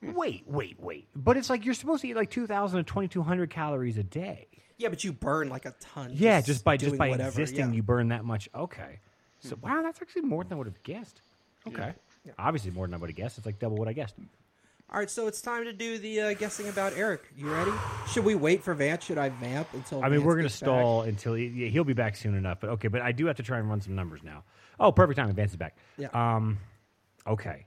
A: Wait, wait, wait. But it's like you're supposed to eat like 2000 to 2200 calories a day.
B: Yeah, but you burn like a ton.
A: Yeah, just by just
B: doing
A: by
B: whatever,
A: existing,
B: yeah.
A: you burn that much. Okay, so wow, that's actually more than I would have guessed. Okay, obviously more than I would have guessed. It's like double what I guessed.
B: All right, so it's time to do the uh, guessing about Eric. You ready? Should we wait for Vance? Should I vamp until?
A: I mean,
B: Vance
A: we're gonna
B: gets back?
A: stall until he, yeah, he'll be back soon enough. But okay, but I do have to try and run some numbers now. Oh, perfect time. Advance is back.
B: Yeah.
A: Um. Okay.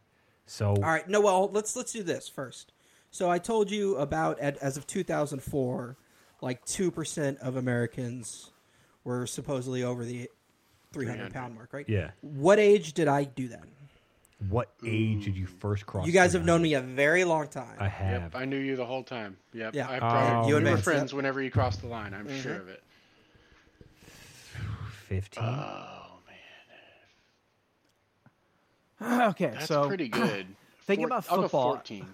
A: So
B: All right. No, well, let's let's do this first. So I told you about at, as of 2004, like two percent of Americans were supposedly over the 300 pound mark, right?
A: Yeah.
B: What age did I do that?
A: what age did you first cross?
B: Mm. You guys have
A: 300?
B: known me a very long time.
A: I have.
D: Yep, I knew you the whole time. Yep.
B: Yeah.
D: I
B: Oh,
D: probably,
A: you
D: we were
B: advanced,
D: friends
B: yep.
D: whenever you crossed the line. I'm
A: Mm-hmm.
D: sure of it.
A: 15
B: uh,
C: Okay,
D: That's
C: so
D: pretty good.
C: Think about
D: I'll go
C: football.
D: Fourteen.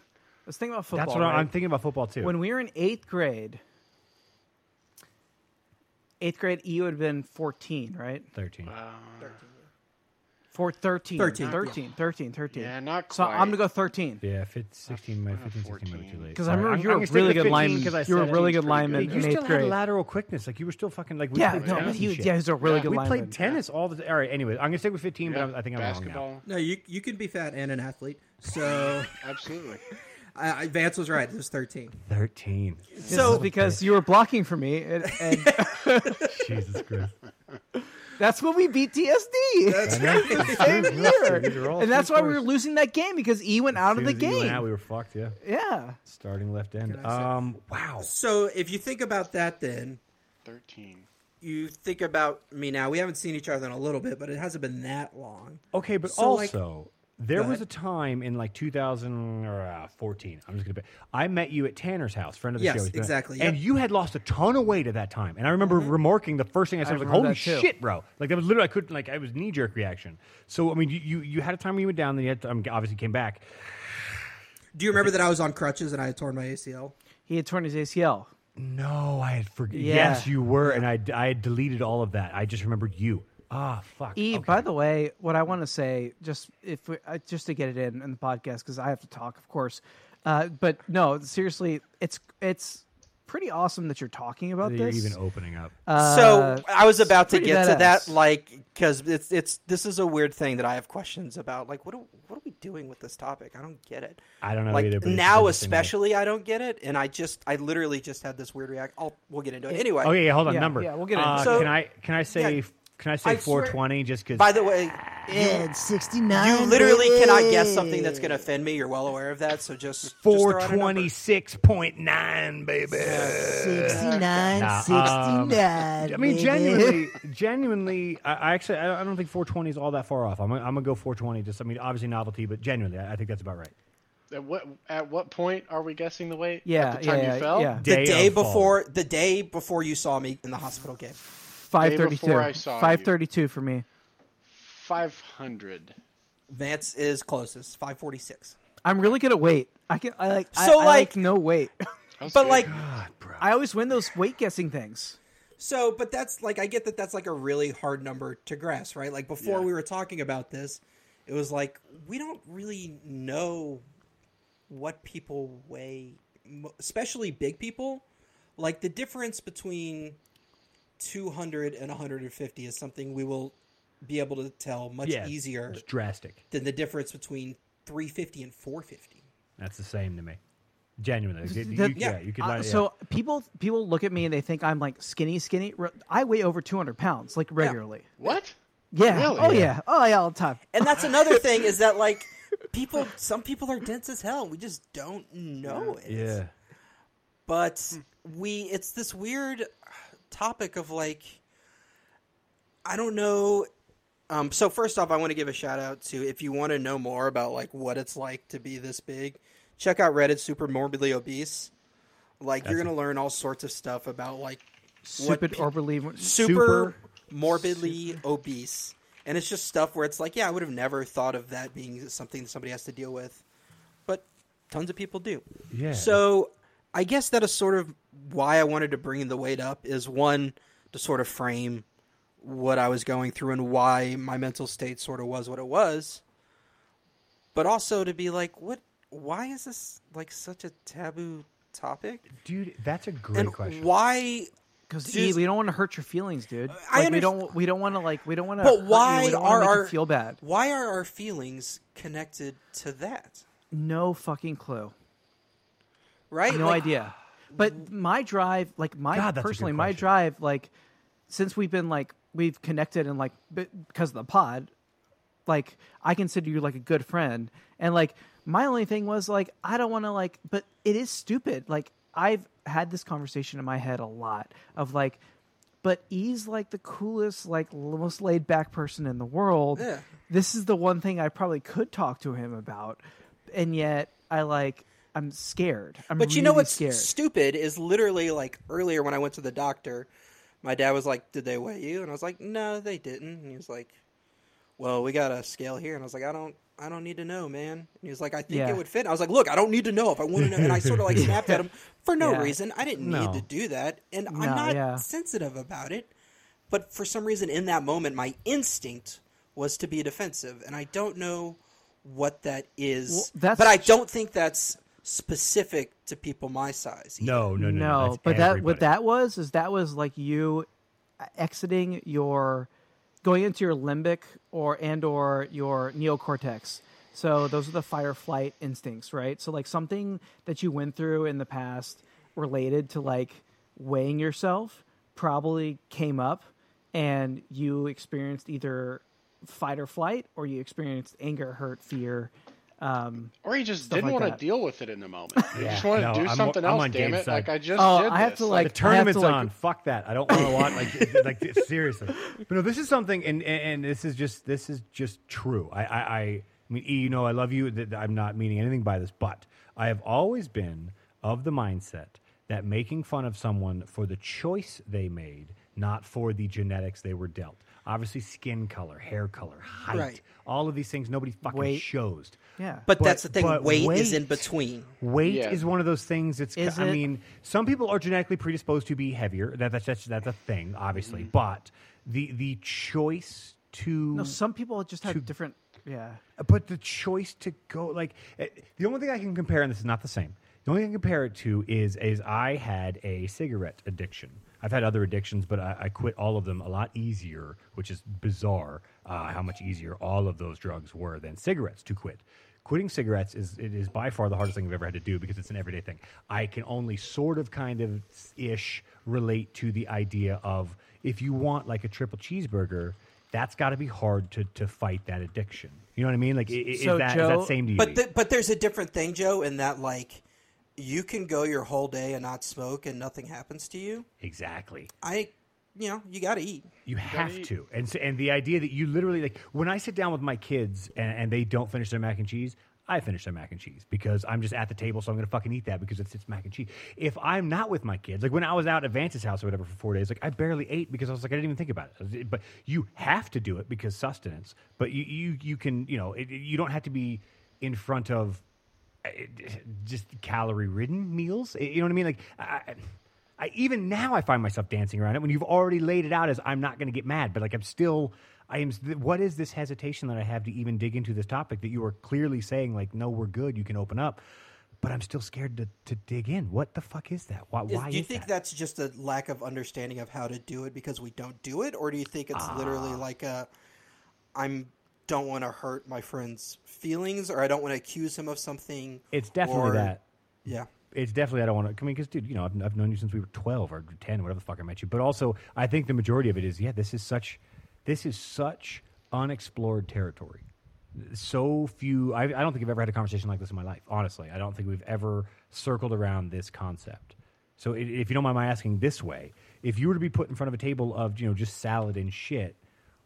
C: let's think about football.
A: That's what
C: right?
A: I'm thinking about football too.
C: When we were in eighth grade, eighth grade, E would have been 14, right?
A: 13.
C: For 13.
B: 13,
C: 13, 13, 13.
D: Yeah, not
C: So I'm going to
D: quite.
C: go 13.
A: Yeah, fif- 16, might- 15, 16 might be too
D: 14.
A: late.
C: Because I
A: Sorry,
C: remember
A: I'm-
C: you
A: I'm
C: were a
A: gonna stick
C: really
A: with
C: good
A: 15
C: lineman.
A: 'cause I
C: You were a
A: said-
C: really
D: It's
C: good
D: pretty
C: lineman
D: good.
A: You
C: in
A: still
C: eighth
A: had
C: grade.
A: lateral quickness. Like you were still fucking like we
C: yeah,
A: played
C: no,
A: tennis
C: but he
A: and
C: was,
A: shit.
C: yeah, he was a really good
A: we
C: lineman.
A: played tennis all the. All right. Anyways, I'm gonna stick with 15, but I'm, I think I'm
D: basketball.
A: wrong
B: no, you you can be fat and an athlete. So
D: Absolutely.
B: I, I, Vance was right. It was 13.
A: now. 13.
C: This is because you were blocking for me, and, and
A: Jesus Christ.
C: That's when we beat TSD.
A: I know.
C: same year.
A: These are all
C: and that's
A: three
C: why we were
A: scores.
C: losing that game because E went
A: As
C: out of the
A: soon as he went
C: game.
A: out, we were fucked. Yeah,
C: yeah.
A: starting left end.
B: Can I say-
A: Um, wow.
B: So if you think about that, then
D: Thirteen.
B: you think about me now. We haven't seen each other in a little bit, but it hasn't been that long.
A: Okay, but
B: So, like-
A: also there
B: Go
A: was a
B: ahead.
A: time in like 2014. I'm just gonna. bet- I met you at Tanner's house, friend of the
B: Yes,
A: show. he's been-
B: exactly,
A: And
B: yep. Mm-hmm.
A: you had lost a ton of weight at that time, and I remember remarking the first thing I said I was like,
C: remember
A: "Holy
C: that too.
A: shit, bro!" Like that was literally I couldn't like I was knee jerk reaction. So I mean, you, you you had a time when you went down, then you had to, um, obviously came back.
B: Do you remember that I was on crutches and I had torn my ACL?
C: He had torn his ACL.
A: No, I had forg
C: Yeah.
A: Yes, you were, and I I had deleted all of that. I just remembered you. Ah, fuck.
C: E,
A: okay.
C: by the way, what I want to say, just if we, uh, just to get it in in the podcast, because I have to talk, of course. Uh, but no, seriously, it's it's pretty awesome that you're talking about
A: That you're
C: this.
A: even opening up.
C: Uh,
B: so I was about to
C: pretty
B: get to
C: badass.
B: that, like, because it's it's this is a weird thing that I have questions about. Like, what are, what are we doing with this topic? I don't get it.
A: I don't know
B: Like
A: either. But it's
B: now,
A: interesting that-
B: especially, I don't get it, and I just I literally just had this weird react. I'll, we'll get into it anyway.
A: Oh yeah, yeah, hold on.
C: Yeah,
A: number.
C: yeah, we'll get into
A: uh,
C: it.
B: So-
A: Can I can I say
B: yeah.
A: can I say
B: I swear-
A: 420 just because?
B: By the way,
E: Yeah, it's 69.
B: you literally cannot guess something that's going to offend me. You're well aware of that, so just just throw out a number.
A: 426.9, baby.
E: 69,
A: Nah, um,
E: 69.
A: I mean,
E: baby.
A: genuinely, genuinely, I, I actually, I don't- I don't think 420 is all that far off. I'm, gonna- I'm gonna go 420. Just, I mean, obviously novelty, but genuinely, I, I think that's about right.
D: At what at what point are we guessing the weight?
C: Yeah,
D: At the time
C: yeah,
D: you fell.
C: yeah.
B: the
A: Day
B: day,
A: of fall.
B: before the day before you saw me in the hospital game.
C: five thirty-two.
D: before I saw you.
C: Five thirty-two for me.
D: Five hundred.
B: Vance is closest, five forty six.
C: I'm really good at weight. I can. I like. I-
B: So,
C: I
B: like-
C: like no weight.
B: But like,
C: I always win those weight guessing things.
B: so, but that's like, I get that that's like a really hard number to grasp, right? Like before
D: Yeah.
B: we were talking about this, it was like we don't really know what people weigh, mo- especially big people. Like the difference between 200 and 150 is something we will be able to tell much
A: Yeah.
B: easier
A: It's drastic.
B: than the difference between 350 and 450.
A: That's the same to me. Genuinely, you, you-
C: the-
A: yeah, you could.
C: Uh,
A: lie- yeah.
C: So people people look at me and they think I'm like skinny, skinny. Re- I weigh over 200 pounds like regularly.
D: What?
C: Yeah.
D: Really?
C: Oh yeah.
D: Yeah.
C: Oh yeah. All the time.
B: And that's another thing is that like people, some people are dense as hell. We just don't know it.
A: yeah,
B: But we, it's this weird topic of like, I don't know. Um, so first off, I want to give a shout out to if you want to know more about like what it's like to be this big, check out Reddit Super Morbidly Obese. Like you're gonna learn all sorts of stuff about like
C: Stupid
B: pe-
C: or believe.
B: super morbidly obese and it's just stuff where it's like yeah i would have never thought of that being something that somebody has to deal with but tons of people do
A: Yeah.
B: so i guess that is sort of why i wanted to bring the weight up is one to sort of frame what i was going through and why my mental state sort of was what it was but also to be like what why is this like such a taboo topic
A: dude, that's a great
B: and
A: question.
B: why
C: Because
B: Just-
C: E, we don't want to hurt your feelings, dude.
B: I
C: Like, we
B: underst-
C: don't. We don't want to like. We don't want to.
B: But
C: you.
B: why
C: We don't wanna
B: are
C: make you
B: our
C: feel bad?
B: Why are our feelings connected to that?
C: No fucking clue.
B: Right?
C: No
B: Like,
C: idea. But my drive, like my
A: God, that's a good
C: personally, my
A: question.
C: drive, like since we've been like we've connected and like b- because of the pod, like I consider you like a good friend. And like my only thing was like I don't want to like, but it is stupid. Like I've had this conversation in my head a lot of like, but E's like the coolest, like l- most laid back person in the world.
B: Yeah.
C: This is the one thing I probably could talk to him about, and yet I like I'm scared. I'm
B: But you know
C: really
B: what's
C: scared.
B: stupid is literally like earlier when I went to the doctor, my dad was like, "Did they weigh you?" And I was like, "No, they didn't." And he was like, "Well, we got a scale here." And I was like, "I don't, I don't need to know, man." And he was like, "I think
C: Yeah.
B: it would fit." And I was like, "Look, I don't need to know if I want to know." And I sort of like snapped at him for no
C: Yeah.
B: reason. I didn't
A: No.
B: need to do that, and I'm
C: No,
B: not
C: yeah.
B: sensitive about it. But for some reason, in that moment, my instinct was to be defensive, and I don't know what that is.
C: Well, that's-
B: but I don't think that's specific to people my size. either.
A: no, no, no, no, that's
C: but that
A: everybody.
C: what that was is that was like you exiting your going into your limbic or and or your neocortex. So those are the fire flight instincts, right? So like something that you went through in the past related to like weighing yourself probably came up and you experienced either fight or flight, or you experienced anger, hurt, fear. Um,
D: Or he just didn't
C: like
D: want
C: that.
D: to deal with it in the moment. He
A: Yeah,
D: just wanted
A: no,
D: to do
A: I'm-
D: something
A: I'm
D: else.
A: on
D: damn
A: Gabe's
D: it! Like
A: side.
D: I just
C: Oh,
D: did
C: I have to,
D: this.
C: like-
A: the tournament's
C: I have to, like-
A: on. Fuck that. I don't want to watch like like this- seriously. But no, this is something, and and, and this is just this is just true. I I, I, I mean, E, you know, I love you. Th- th- I'm not meaning anything by this, but I have always been of the mindset that making fun of someone for the choice they made, not for the genetics they were dealt. Obviously, skin color, hair color, height,
B: Right.
A: all of these things nobody fucking
C: Weight.
A: shows.
C: yeah,
B: But, that's the thing.
A: but
B: Weight, is in
A: weight-
B: between.
A: Weight
D: Yeah.
A: is one of those things. It's
C: Is
A: I
C: it?
A: mean, some people are genetically predisposed to be heavier. That that's that's, that's a thing, obviously. But the the choice to
C: Mm-hmm. no, some people just have different. Yeah,
A: but the choice to go like eh, the only thing I can compare, and this is not the same. The only thing I can compare it to is is I had a cigarette addiction. I've had other addictions, but I, I quit all of them a lot easier, which is bizarre uh, how much easier all of those drugs were than cigarettes to quit. Quitting cigarettes is it is by far the hardest thing I've ever had to do because it's an everyday thing. I can only sort of kind of ish relate to the idea of if you want like a triple cheeseburger, that's got to be hard to to fight that addiction. You know what I mean? Like, i- i- is,
C: So,
A: that, is
C: Joe-
A: that same to you?
B: But the, but there's a different thing, Joe, in that like you can go your whole day and not smoke and nothing happens to you.
A: exactly.
B: I, you know, you got to eat.
A: You have to, and so, and the idea that you literally like when I sit down with my kids and, and they don't finish their mac and cheese, I finish their mac and cheese because I'm just at the table, so I'm gonna fucking eat that because it's, it's mac and cheese. If I'm not with my kids, like when I was out at Vance's house or whatever for four days, like I barely ate because I was like I didn't even think about it. But you have to do it because sustenance. But you you you can you know it, you don't have to be in front of uh, just calorie ridden meals. You know what I mean? Like, I, I, even now I find myself dancing around it when you've already laid it out as I'm not going to get mad, but like I'm still, I am. What is this hesitation that I have to even dig into this topic that you are clearly saying like, no, we're good, you can open up, but I'm still scared to, to dig in. What the fuck is that? Why?
B: Is-
A: why
B: do you
A: is
B: think
A: that?
B: that's just a lack of understanding of how to do it because we don't do it, or do you think it's
A: Ah.
B: literally like a I'm don't want to hurt my friend's feelings, or I don't want to accuse him of something?
A: It's definitely
B: or-
A: that.
B: Yeah.
A: it's definitely I don't want to. I mean, because dude, you know, I've, I've known you since we were twelve or ten, whatever the fuck I met you. But also, I think the majority of it is, yeah, this is such, this is such unexplored territory. So few. I, I don't think I've ever had a conversation like this in my life. Honestly, I don't think we've ever circled around this concept. So, i if you don't mind my asking this way, if you were to be put in front of a table of you know just salad and shit,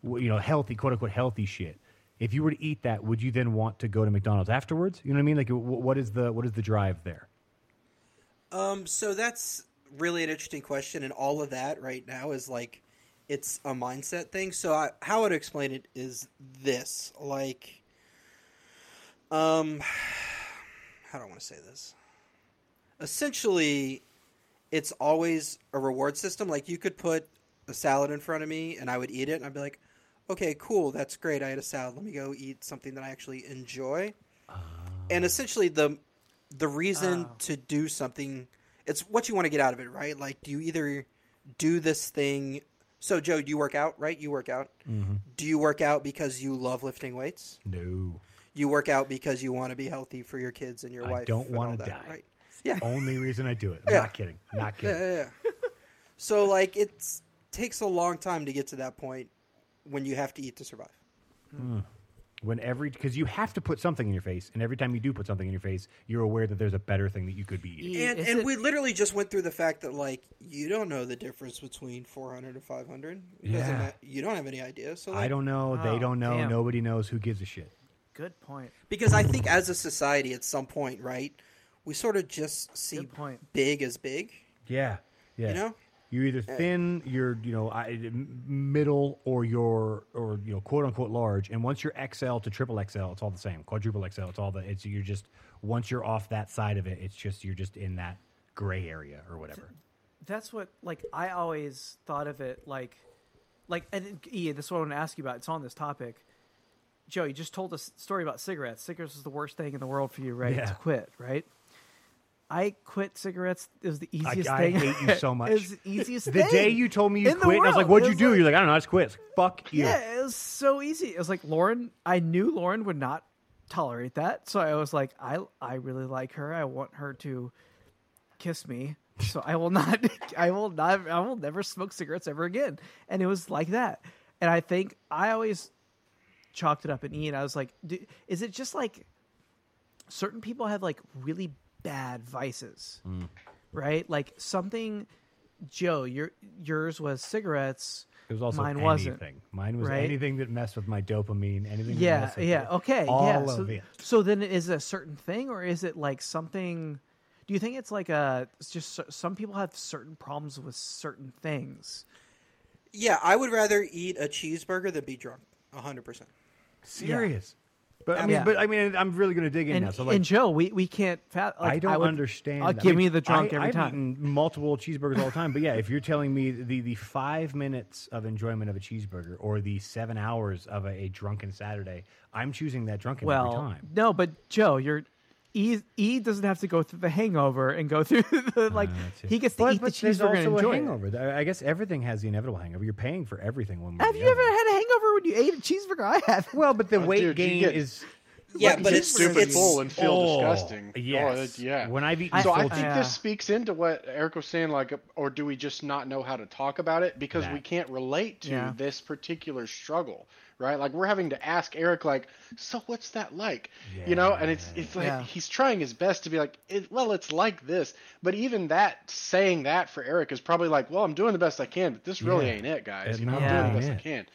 A: w- you know, healthy, quote unquote, healthy shit. If you were to eat that, would you then want to go to McDonald's afterwards? You know what I mean? Like, wh- what is the what is the drive there?
B: Um, so that's really an interesting question, and all of that right now is like it's a mindset thing. So I, how I'd explain it is this: like, um, how do I want to say this? Essentially, it's always a reward system. Like you could put a salad in front of me, and I would eat it, and I'd be like, "Okay, cool, that's great. I had a salad. Let me go eat something that I actually enjoy." and essentially the the reason to do something it's what you want to get out of it right like do you either do this thing so joe do you work out right you work out
A: Mm-hmm.
B: do you work out because you love lifting weights
A: No.
B: you work out because you want to be healthy for your kids and your
A: I
B: wife
A: don't
B: and
A: wanna
B: all that,
A: die.
B: right yeah
A: Only reason I do it. I'm
B: Yeah.
A: not kidding. Not
B: yeah,
A: kidding.
B: yeah, yeah. so like it takes a long time to get to that point when you have to eat to survive
A: When every because you have to put something in your face, and every time you do put something in your face, you're aware that there's a better thing that you could be eating.
C: E-
B: and
C: is
B: and
C: it-
B: we literally just went through the fact that like you don't know the difference between 400 and 500 it doesn't
A: Yeah.
B: ma- you don't have any idea so like,
A: I don't know. they
C: Oh,
A: don't know.
C: damn.
A: Nobody knows. Who gives a shit?
C: good point.
B: because i think as a society at some point right we sort of just see
C: Good point.
B: big as big
A: Yeah. Yeah.
B: You know? Uh,
A: You're either thin, you're you know I- m- middle, or you're or you know quote unquote large. And once you're XL to triple XL, it's all the same. Quadruple XL, it's all the it's you're just once you're off that side of it, it's just you're just in that gray area or whatever.
C: That's what like I always thought of it like, like and E. This is what I want to ask you about. It's on this topic. Joe, you just told us a story about cigarettes. Cigarettes is the worst thing in the world for you, right?
A: Yeah.
C: To quit, right? I quit cigarettes. It was the easiest
A: I
C: thing.
A: hate you so much.
C: it was the easiest
A: The
C: thing.
A: day you told me you
C: in the
A: quit, and I was like,
C: world.
A: "What'd you
C: It
A: do?"
C: was
A: You're like, "I don't know. I just quit." It's like, Fuck you.
C: Yeah, it was so easy. It was like Lauren. I knew Lauren would not tolerate that, so I was like, I I really like her. I want her to kiss me. so I will not, I will not, I will never smoke cigarettes ever again. And it was like that. And I think I always chalked it up in Ian. I was like, D- is it just like certain people have like really bad vices,
A: Mm.
C: right? Like something, Joe, your yours was cigarettes.
A: It was also
C: mine
A: anything.
C: wasn't.
A: Mine was
C: right?
A: anything that messed with my dopamine. Anything. that
C: Yeah,
A: messed with
C: yeah,
A: it.
C: okay,
A: All
C: yeah. so,
A: of it.
C: so then, is it a certain thing, or is it like something? Do you think it's like a? It's just so- some people have certain problems with certain things.
B: Yeah, I would rather eat a cheeseburger than be drunk. 100%.
A: Serious. But I mean,
C: Yeah.
A: but I mean, I'm really going to dig in
C: And,
A: now. So like,
C: and Joe, we, we can't. Fa- like,
A: I don't
C: would-
A: understand.
C: Uh,
A: that.
C: give
A: I
C: me
A: mean,
C: the drunk
A: I-
C: every
A: I've
C: time.
A: eaten multiple cheeseburgers all the time, but yeah, if you're telling me the, the five minutes of enjoyment of a cheeseburger or the seven hours of a, a drunken Saturday, I'm choosing that drunken
C: well,
A: every time.
C: no, but Joe, you're. E, e doesn't have to go through the hangover and go through the like
A: Uh, that's it.
C: he gets to
A: But,
C: eat
A: but
C: the
A: there's
C: cheeseburger and
A: also
C: enjoy
A: a
C: it.
A: hangover. I I guess everything has the inevitable hangover. You're paying for everything one way. or
C: Have
A: the
C: you
A: other.
C: ever had a hangover when you ate a cheeseburger? I haven't.
A: Well, but the weight
D: dude, you
A: gain
D: get-
A: is
B: Yeah,
D: Like,
B: but
D: get
B: it's
D: stupid
B: it's
D: full and feel
A: Oh,
D: disgusting. Oh,
A: yes.
D: that- yeah.
A: When I've eaten
C: I-
D: so I
A: full
D: think
C: Yeah.
D: this speaks into what Eric was saying, like, or do we just not know how to talk about it because we
A: That.
D: can't relate to
C: Yeah.
D: this particular struggle, right? Like, we're having to ask Eric, like, so what's that like, you know? And it's it's like
C: Yeah.
D: he's trying his best to be like, it, well, it's like this, but even that saying that for Eric is probably like, well, I'm doing the best I can, but this really
A: Yeah.
D: ain't it, guys.
A: It
D: You know,
A: might
D: I'm doing
C: not
D: the best
A: be
D: I
A: it.
D: can.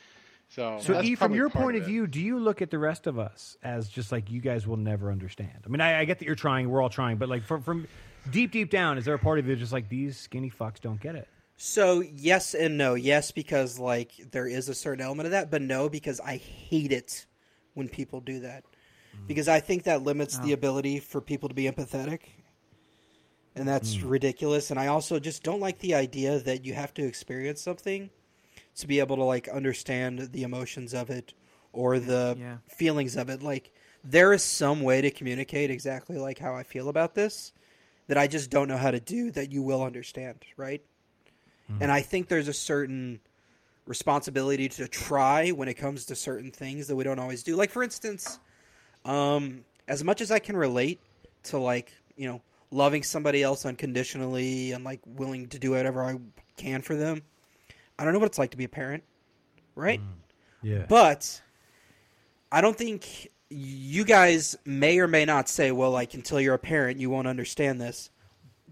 D: So,
A: So,
D: that's
A: E, from
D: probably
A: your
D: part
A: point of
D: it.
A: view, do you look at the rest of us as just like you guys will never understand? I mean, I, I get that you're trying, we're all trying, but like from, from deep, deep down, is there a part of you that's just like these skinny fucks don't get it?
B: So yes and no. Yes, because like there is a certain element of that, but no, because I hate it when people do that. Because I think that limits
C: Oh.
B: the ability for people to be empathetic. And that's ridiculous. And I also just don't like the idea that you have to experience something to be able to like understand the emotions of it or the
C: Yeah.
B: feelings of it. Like there is some way to communicate exactly like how I feel about this that I just don't know how to do that you will understand, right? And I think there's a certain responsibility to try when it comes to certain things that we don't always do. Like for instance, um, as much as I can relate to like you know loving somebody else unconditionally and like willing to do whatever I can for them, I don't know what it's like to be a parent, right?
A: Yeah.
B: But I don't think you guys may or may not say, well, like until you're a parent, you won't understand this.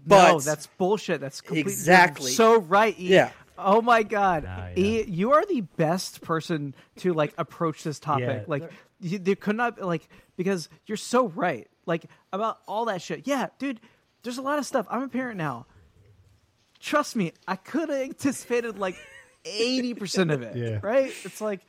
B: But
C: no, that's bullshit. That's complete, you're
B: Exactly.
C: so right. E.
B: Yeah.
C: Oh my god,
A: Nah,
C: E, you are the best person to like approach this topic.
A: Yeah.
C: Like, you, there could not like because you're so right. Like about all that shit. Yeah, dude. There's a lot of stuff. I'm a parent now. Trust me, I could have anticipated like eighty percent of it.
A: Yeah.
C: Right? It's like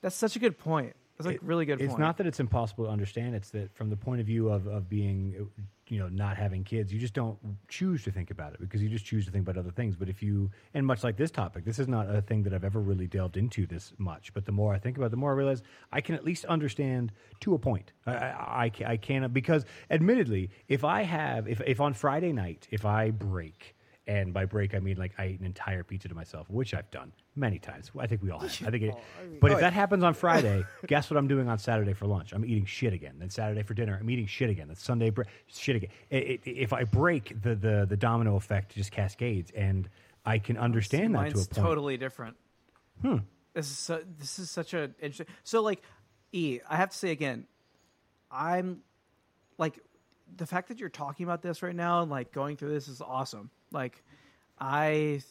C: that's such a good point. That's like really good.
A: It's
C: point.
A: not that it's impossible to understand, it's that from the point of view of, of being, you know, not having kids, you just don't choose to think about it because you just choose to think about other things. But if you, and much like this topic, this is not a thing that I've ever really delved into this much. But the more I think about it, the more I realize I can at least understand to a point. I, I, I, ca- I cannot, because admittedly, if I have, if, if on Friday night, if I break, and by break, I mean like I ate an entire pizza to myself, which I've done many times. I think we all have. I think, it, but if that happens on Friday, guess what I'm doing on Saturday for lunch? I'm eating shit again. Then Saturday for dinner, I'm eating shit again. Then Sunday, bre- shit again. It, it, if I break the, the the domino effect, just cascades, and I can understand that
C: Mine's
A: to a point. Hmm.
C: totally different. This is so, this is such an interesting. So like, E, I have to say again, I'm like the fact that you're talking about this right now and like going through this is awesome. Like, I.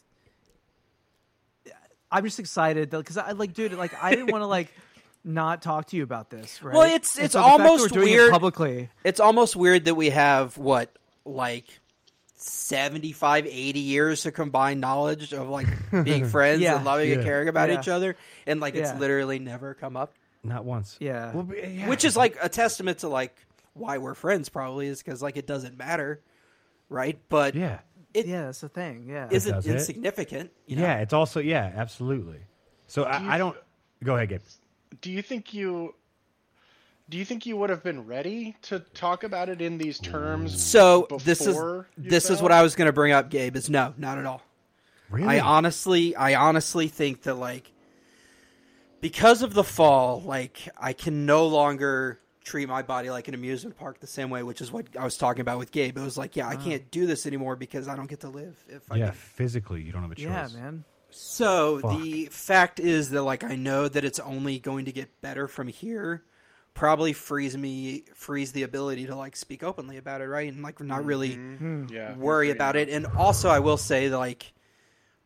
C: I'm just excited because I like, dude. Like, I didn't want to like not talk to you about this. Right?
B: Well, it's-
C: And
B: it's
C: the fact that
B: almost
C: we're doing it
B: weird-
C: publicly.
B: it's almost weird that we have what like 75 80 years of combined knowledge of like being friends
C: Yeah.
B: and loving
A: Yeah.
B: and caring about
C: Yeah.
B: each other and like
C: Yeah.
B: it's literally never come up
A: Not once.
C: Yeah.
A: Well, b- yeah.
B: which is like a testament to like why we're friends probably is because like it doesn't matter right but
A: yeah.
B: it
C: Yeah, that's the thing. Yeah,
B: not
A: does it.
B: insignificant you know?
A: Yeah. It's also yeah. Absolutely. So I, I don't. Go ahead, Gabe.
D: do you think you do you think you would have been ready to talk about it in these terms
B: so this is
D: before you
B: this is
D: fell?
B: what i was going to bring up gabe is no not at all
A: Really?
B: I honestly, I honestly think that like because of the fall, like I can no longer treat my body like an amusement park the same way, which is what I was talking about with Gabe. It was like, yeah, I can't do this anymore because I don't get to live if I
A: yeah,
B: do
A: physically, you don't have a choice.
C: Yeah, man.
B: So the fact is that like I know that it's only going to get better from here. Probably frees me frees the ability to like speak openly about it, right? And like not really
D: Yeah.
B: worry
D: yeah.
B: about it. And also I will say that like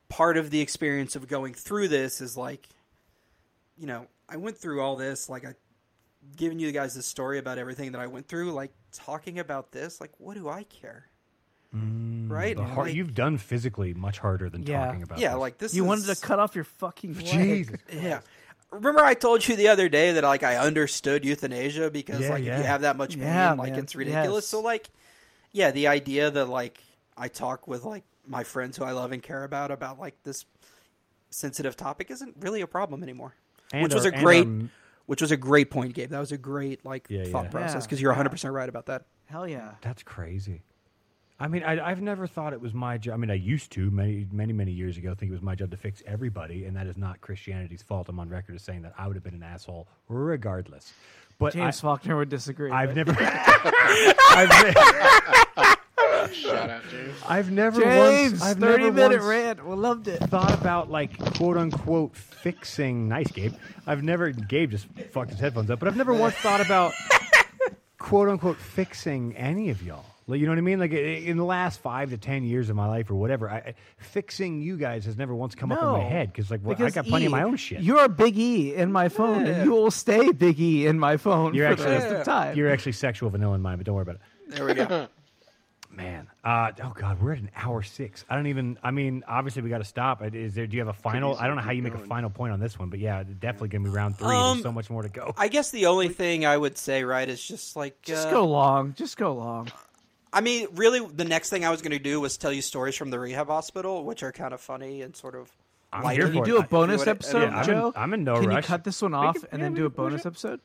B: part of the experience of going through this is like you know, I went through all this, like I giving you guys this story about everything that I went through, like talking about this, like what do I care? right?
A: The har
B: Like,
A: you've done physically much harder than
C: Yeah.
A: talking about.
B: yeah,
A: this.
B: like this
C: You
B: is,
C: wanted to cut off your fucking leg.
A: Jesus.
B: Yeah. Remember I told you the other day that like I understood euthanasia because
A: Yeah,
B: like
A: yeah.
B: if you have that much pain,
C: Yeah,
B: like
C: man.
B: it's ridiculous.
C: Yes.
B: So like yeah, the idea that like I talk with like my friends who I love and care about about like this sensitive topic isn't really a problem anymore.
A: And
B: which was
A: our-
B: a
A: and um,
B: great
A: our-
B: which was a great point, Gabe. That was a great like
A: Yeah,
B: thought
A: yeah.
B: process
C: Yeah.
B: because you're 100% right about that.
C: Hell yeah.
A: That's crazy. I mean, I, I've never thought it was my job. I mean, I used to many, many, many years ago think it was my job to fix everybody, and that is not Christianity's fault. I'm on record as saying that I would have been an asshole regardless. But
C: James Faulkner would disagree.
A: I, I've
C: but-
A: never, I've, ne-
D: Shout out, James.
A: I've never
C: James,
A: once, I've
C: 30
A: never
C: minute
A: once
C: rant. We loved it.
A: thought about like quote unquote fixing. Nice, Gabe. I've never. Gabe just fucked his headphones up, but I've never once thought about quote unquote fixing any of y'all. Like, you know what I mean? Like i- in the last five to ten years of my life or whatever, I, I- fixing you guys has never once come up in my
C: No,
A: head because like well, I
C: because
A: got plenty of
C: E,
A: my own shit.
C: You're Big E in my phone, and you will stay Big E in my phone
A: You're
C: for
A: actually-
C: the rest of time.
A: You're actually sexual vanilla in mine, but don't worry about it.
B: There we go.
A: Man, uh, oh god, we're at an hour six. I don't even. I mean, obviously we got to stop. Uh, Is there? Do you have a final? I don't know how you make a final point on this one, but yeah, definitely gonna be round three.
B: Um,
A: There's so much more to go.
B: I guess the only thing I would say right is just like
C: just
B: uh,
C: go long. Just go long.
B: I mean, really, the next thing I was going to do was tell you stories from the rehab hospital, which are kind of funny and sort of.
A: I'm
B: light.
A: here
C: Can you
A: for
C: do
A: it.
C: a bonus
B: Yeah,
C: episode,
B: I'm in-
C: Joe?
A: I'm in no
C: Can
A: rush.
C: you cut this one
A: We
C: off
A: can-
C: and
A: yeah,
C: then
A: we
C: do a
A: can push
C: bonus
A: it.
C: episode?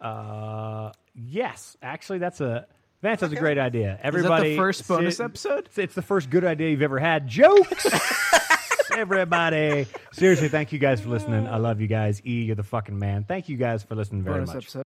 A: Uh, yes, actually, that's a Vance. That's a great idea. Everybody,
C: first bonus episode?
A: It's, it's the first good idea you've ever had. Jokes. Everybody, seriously, thank you guys for listening. I love you guys. E, you're the fucking man. Thank you guys for listening very
C: bonus
A: much.
C: episode.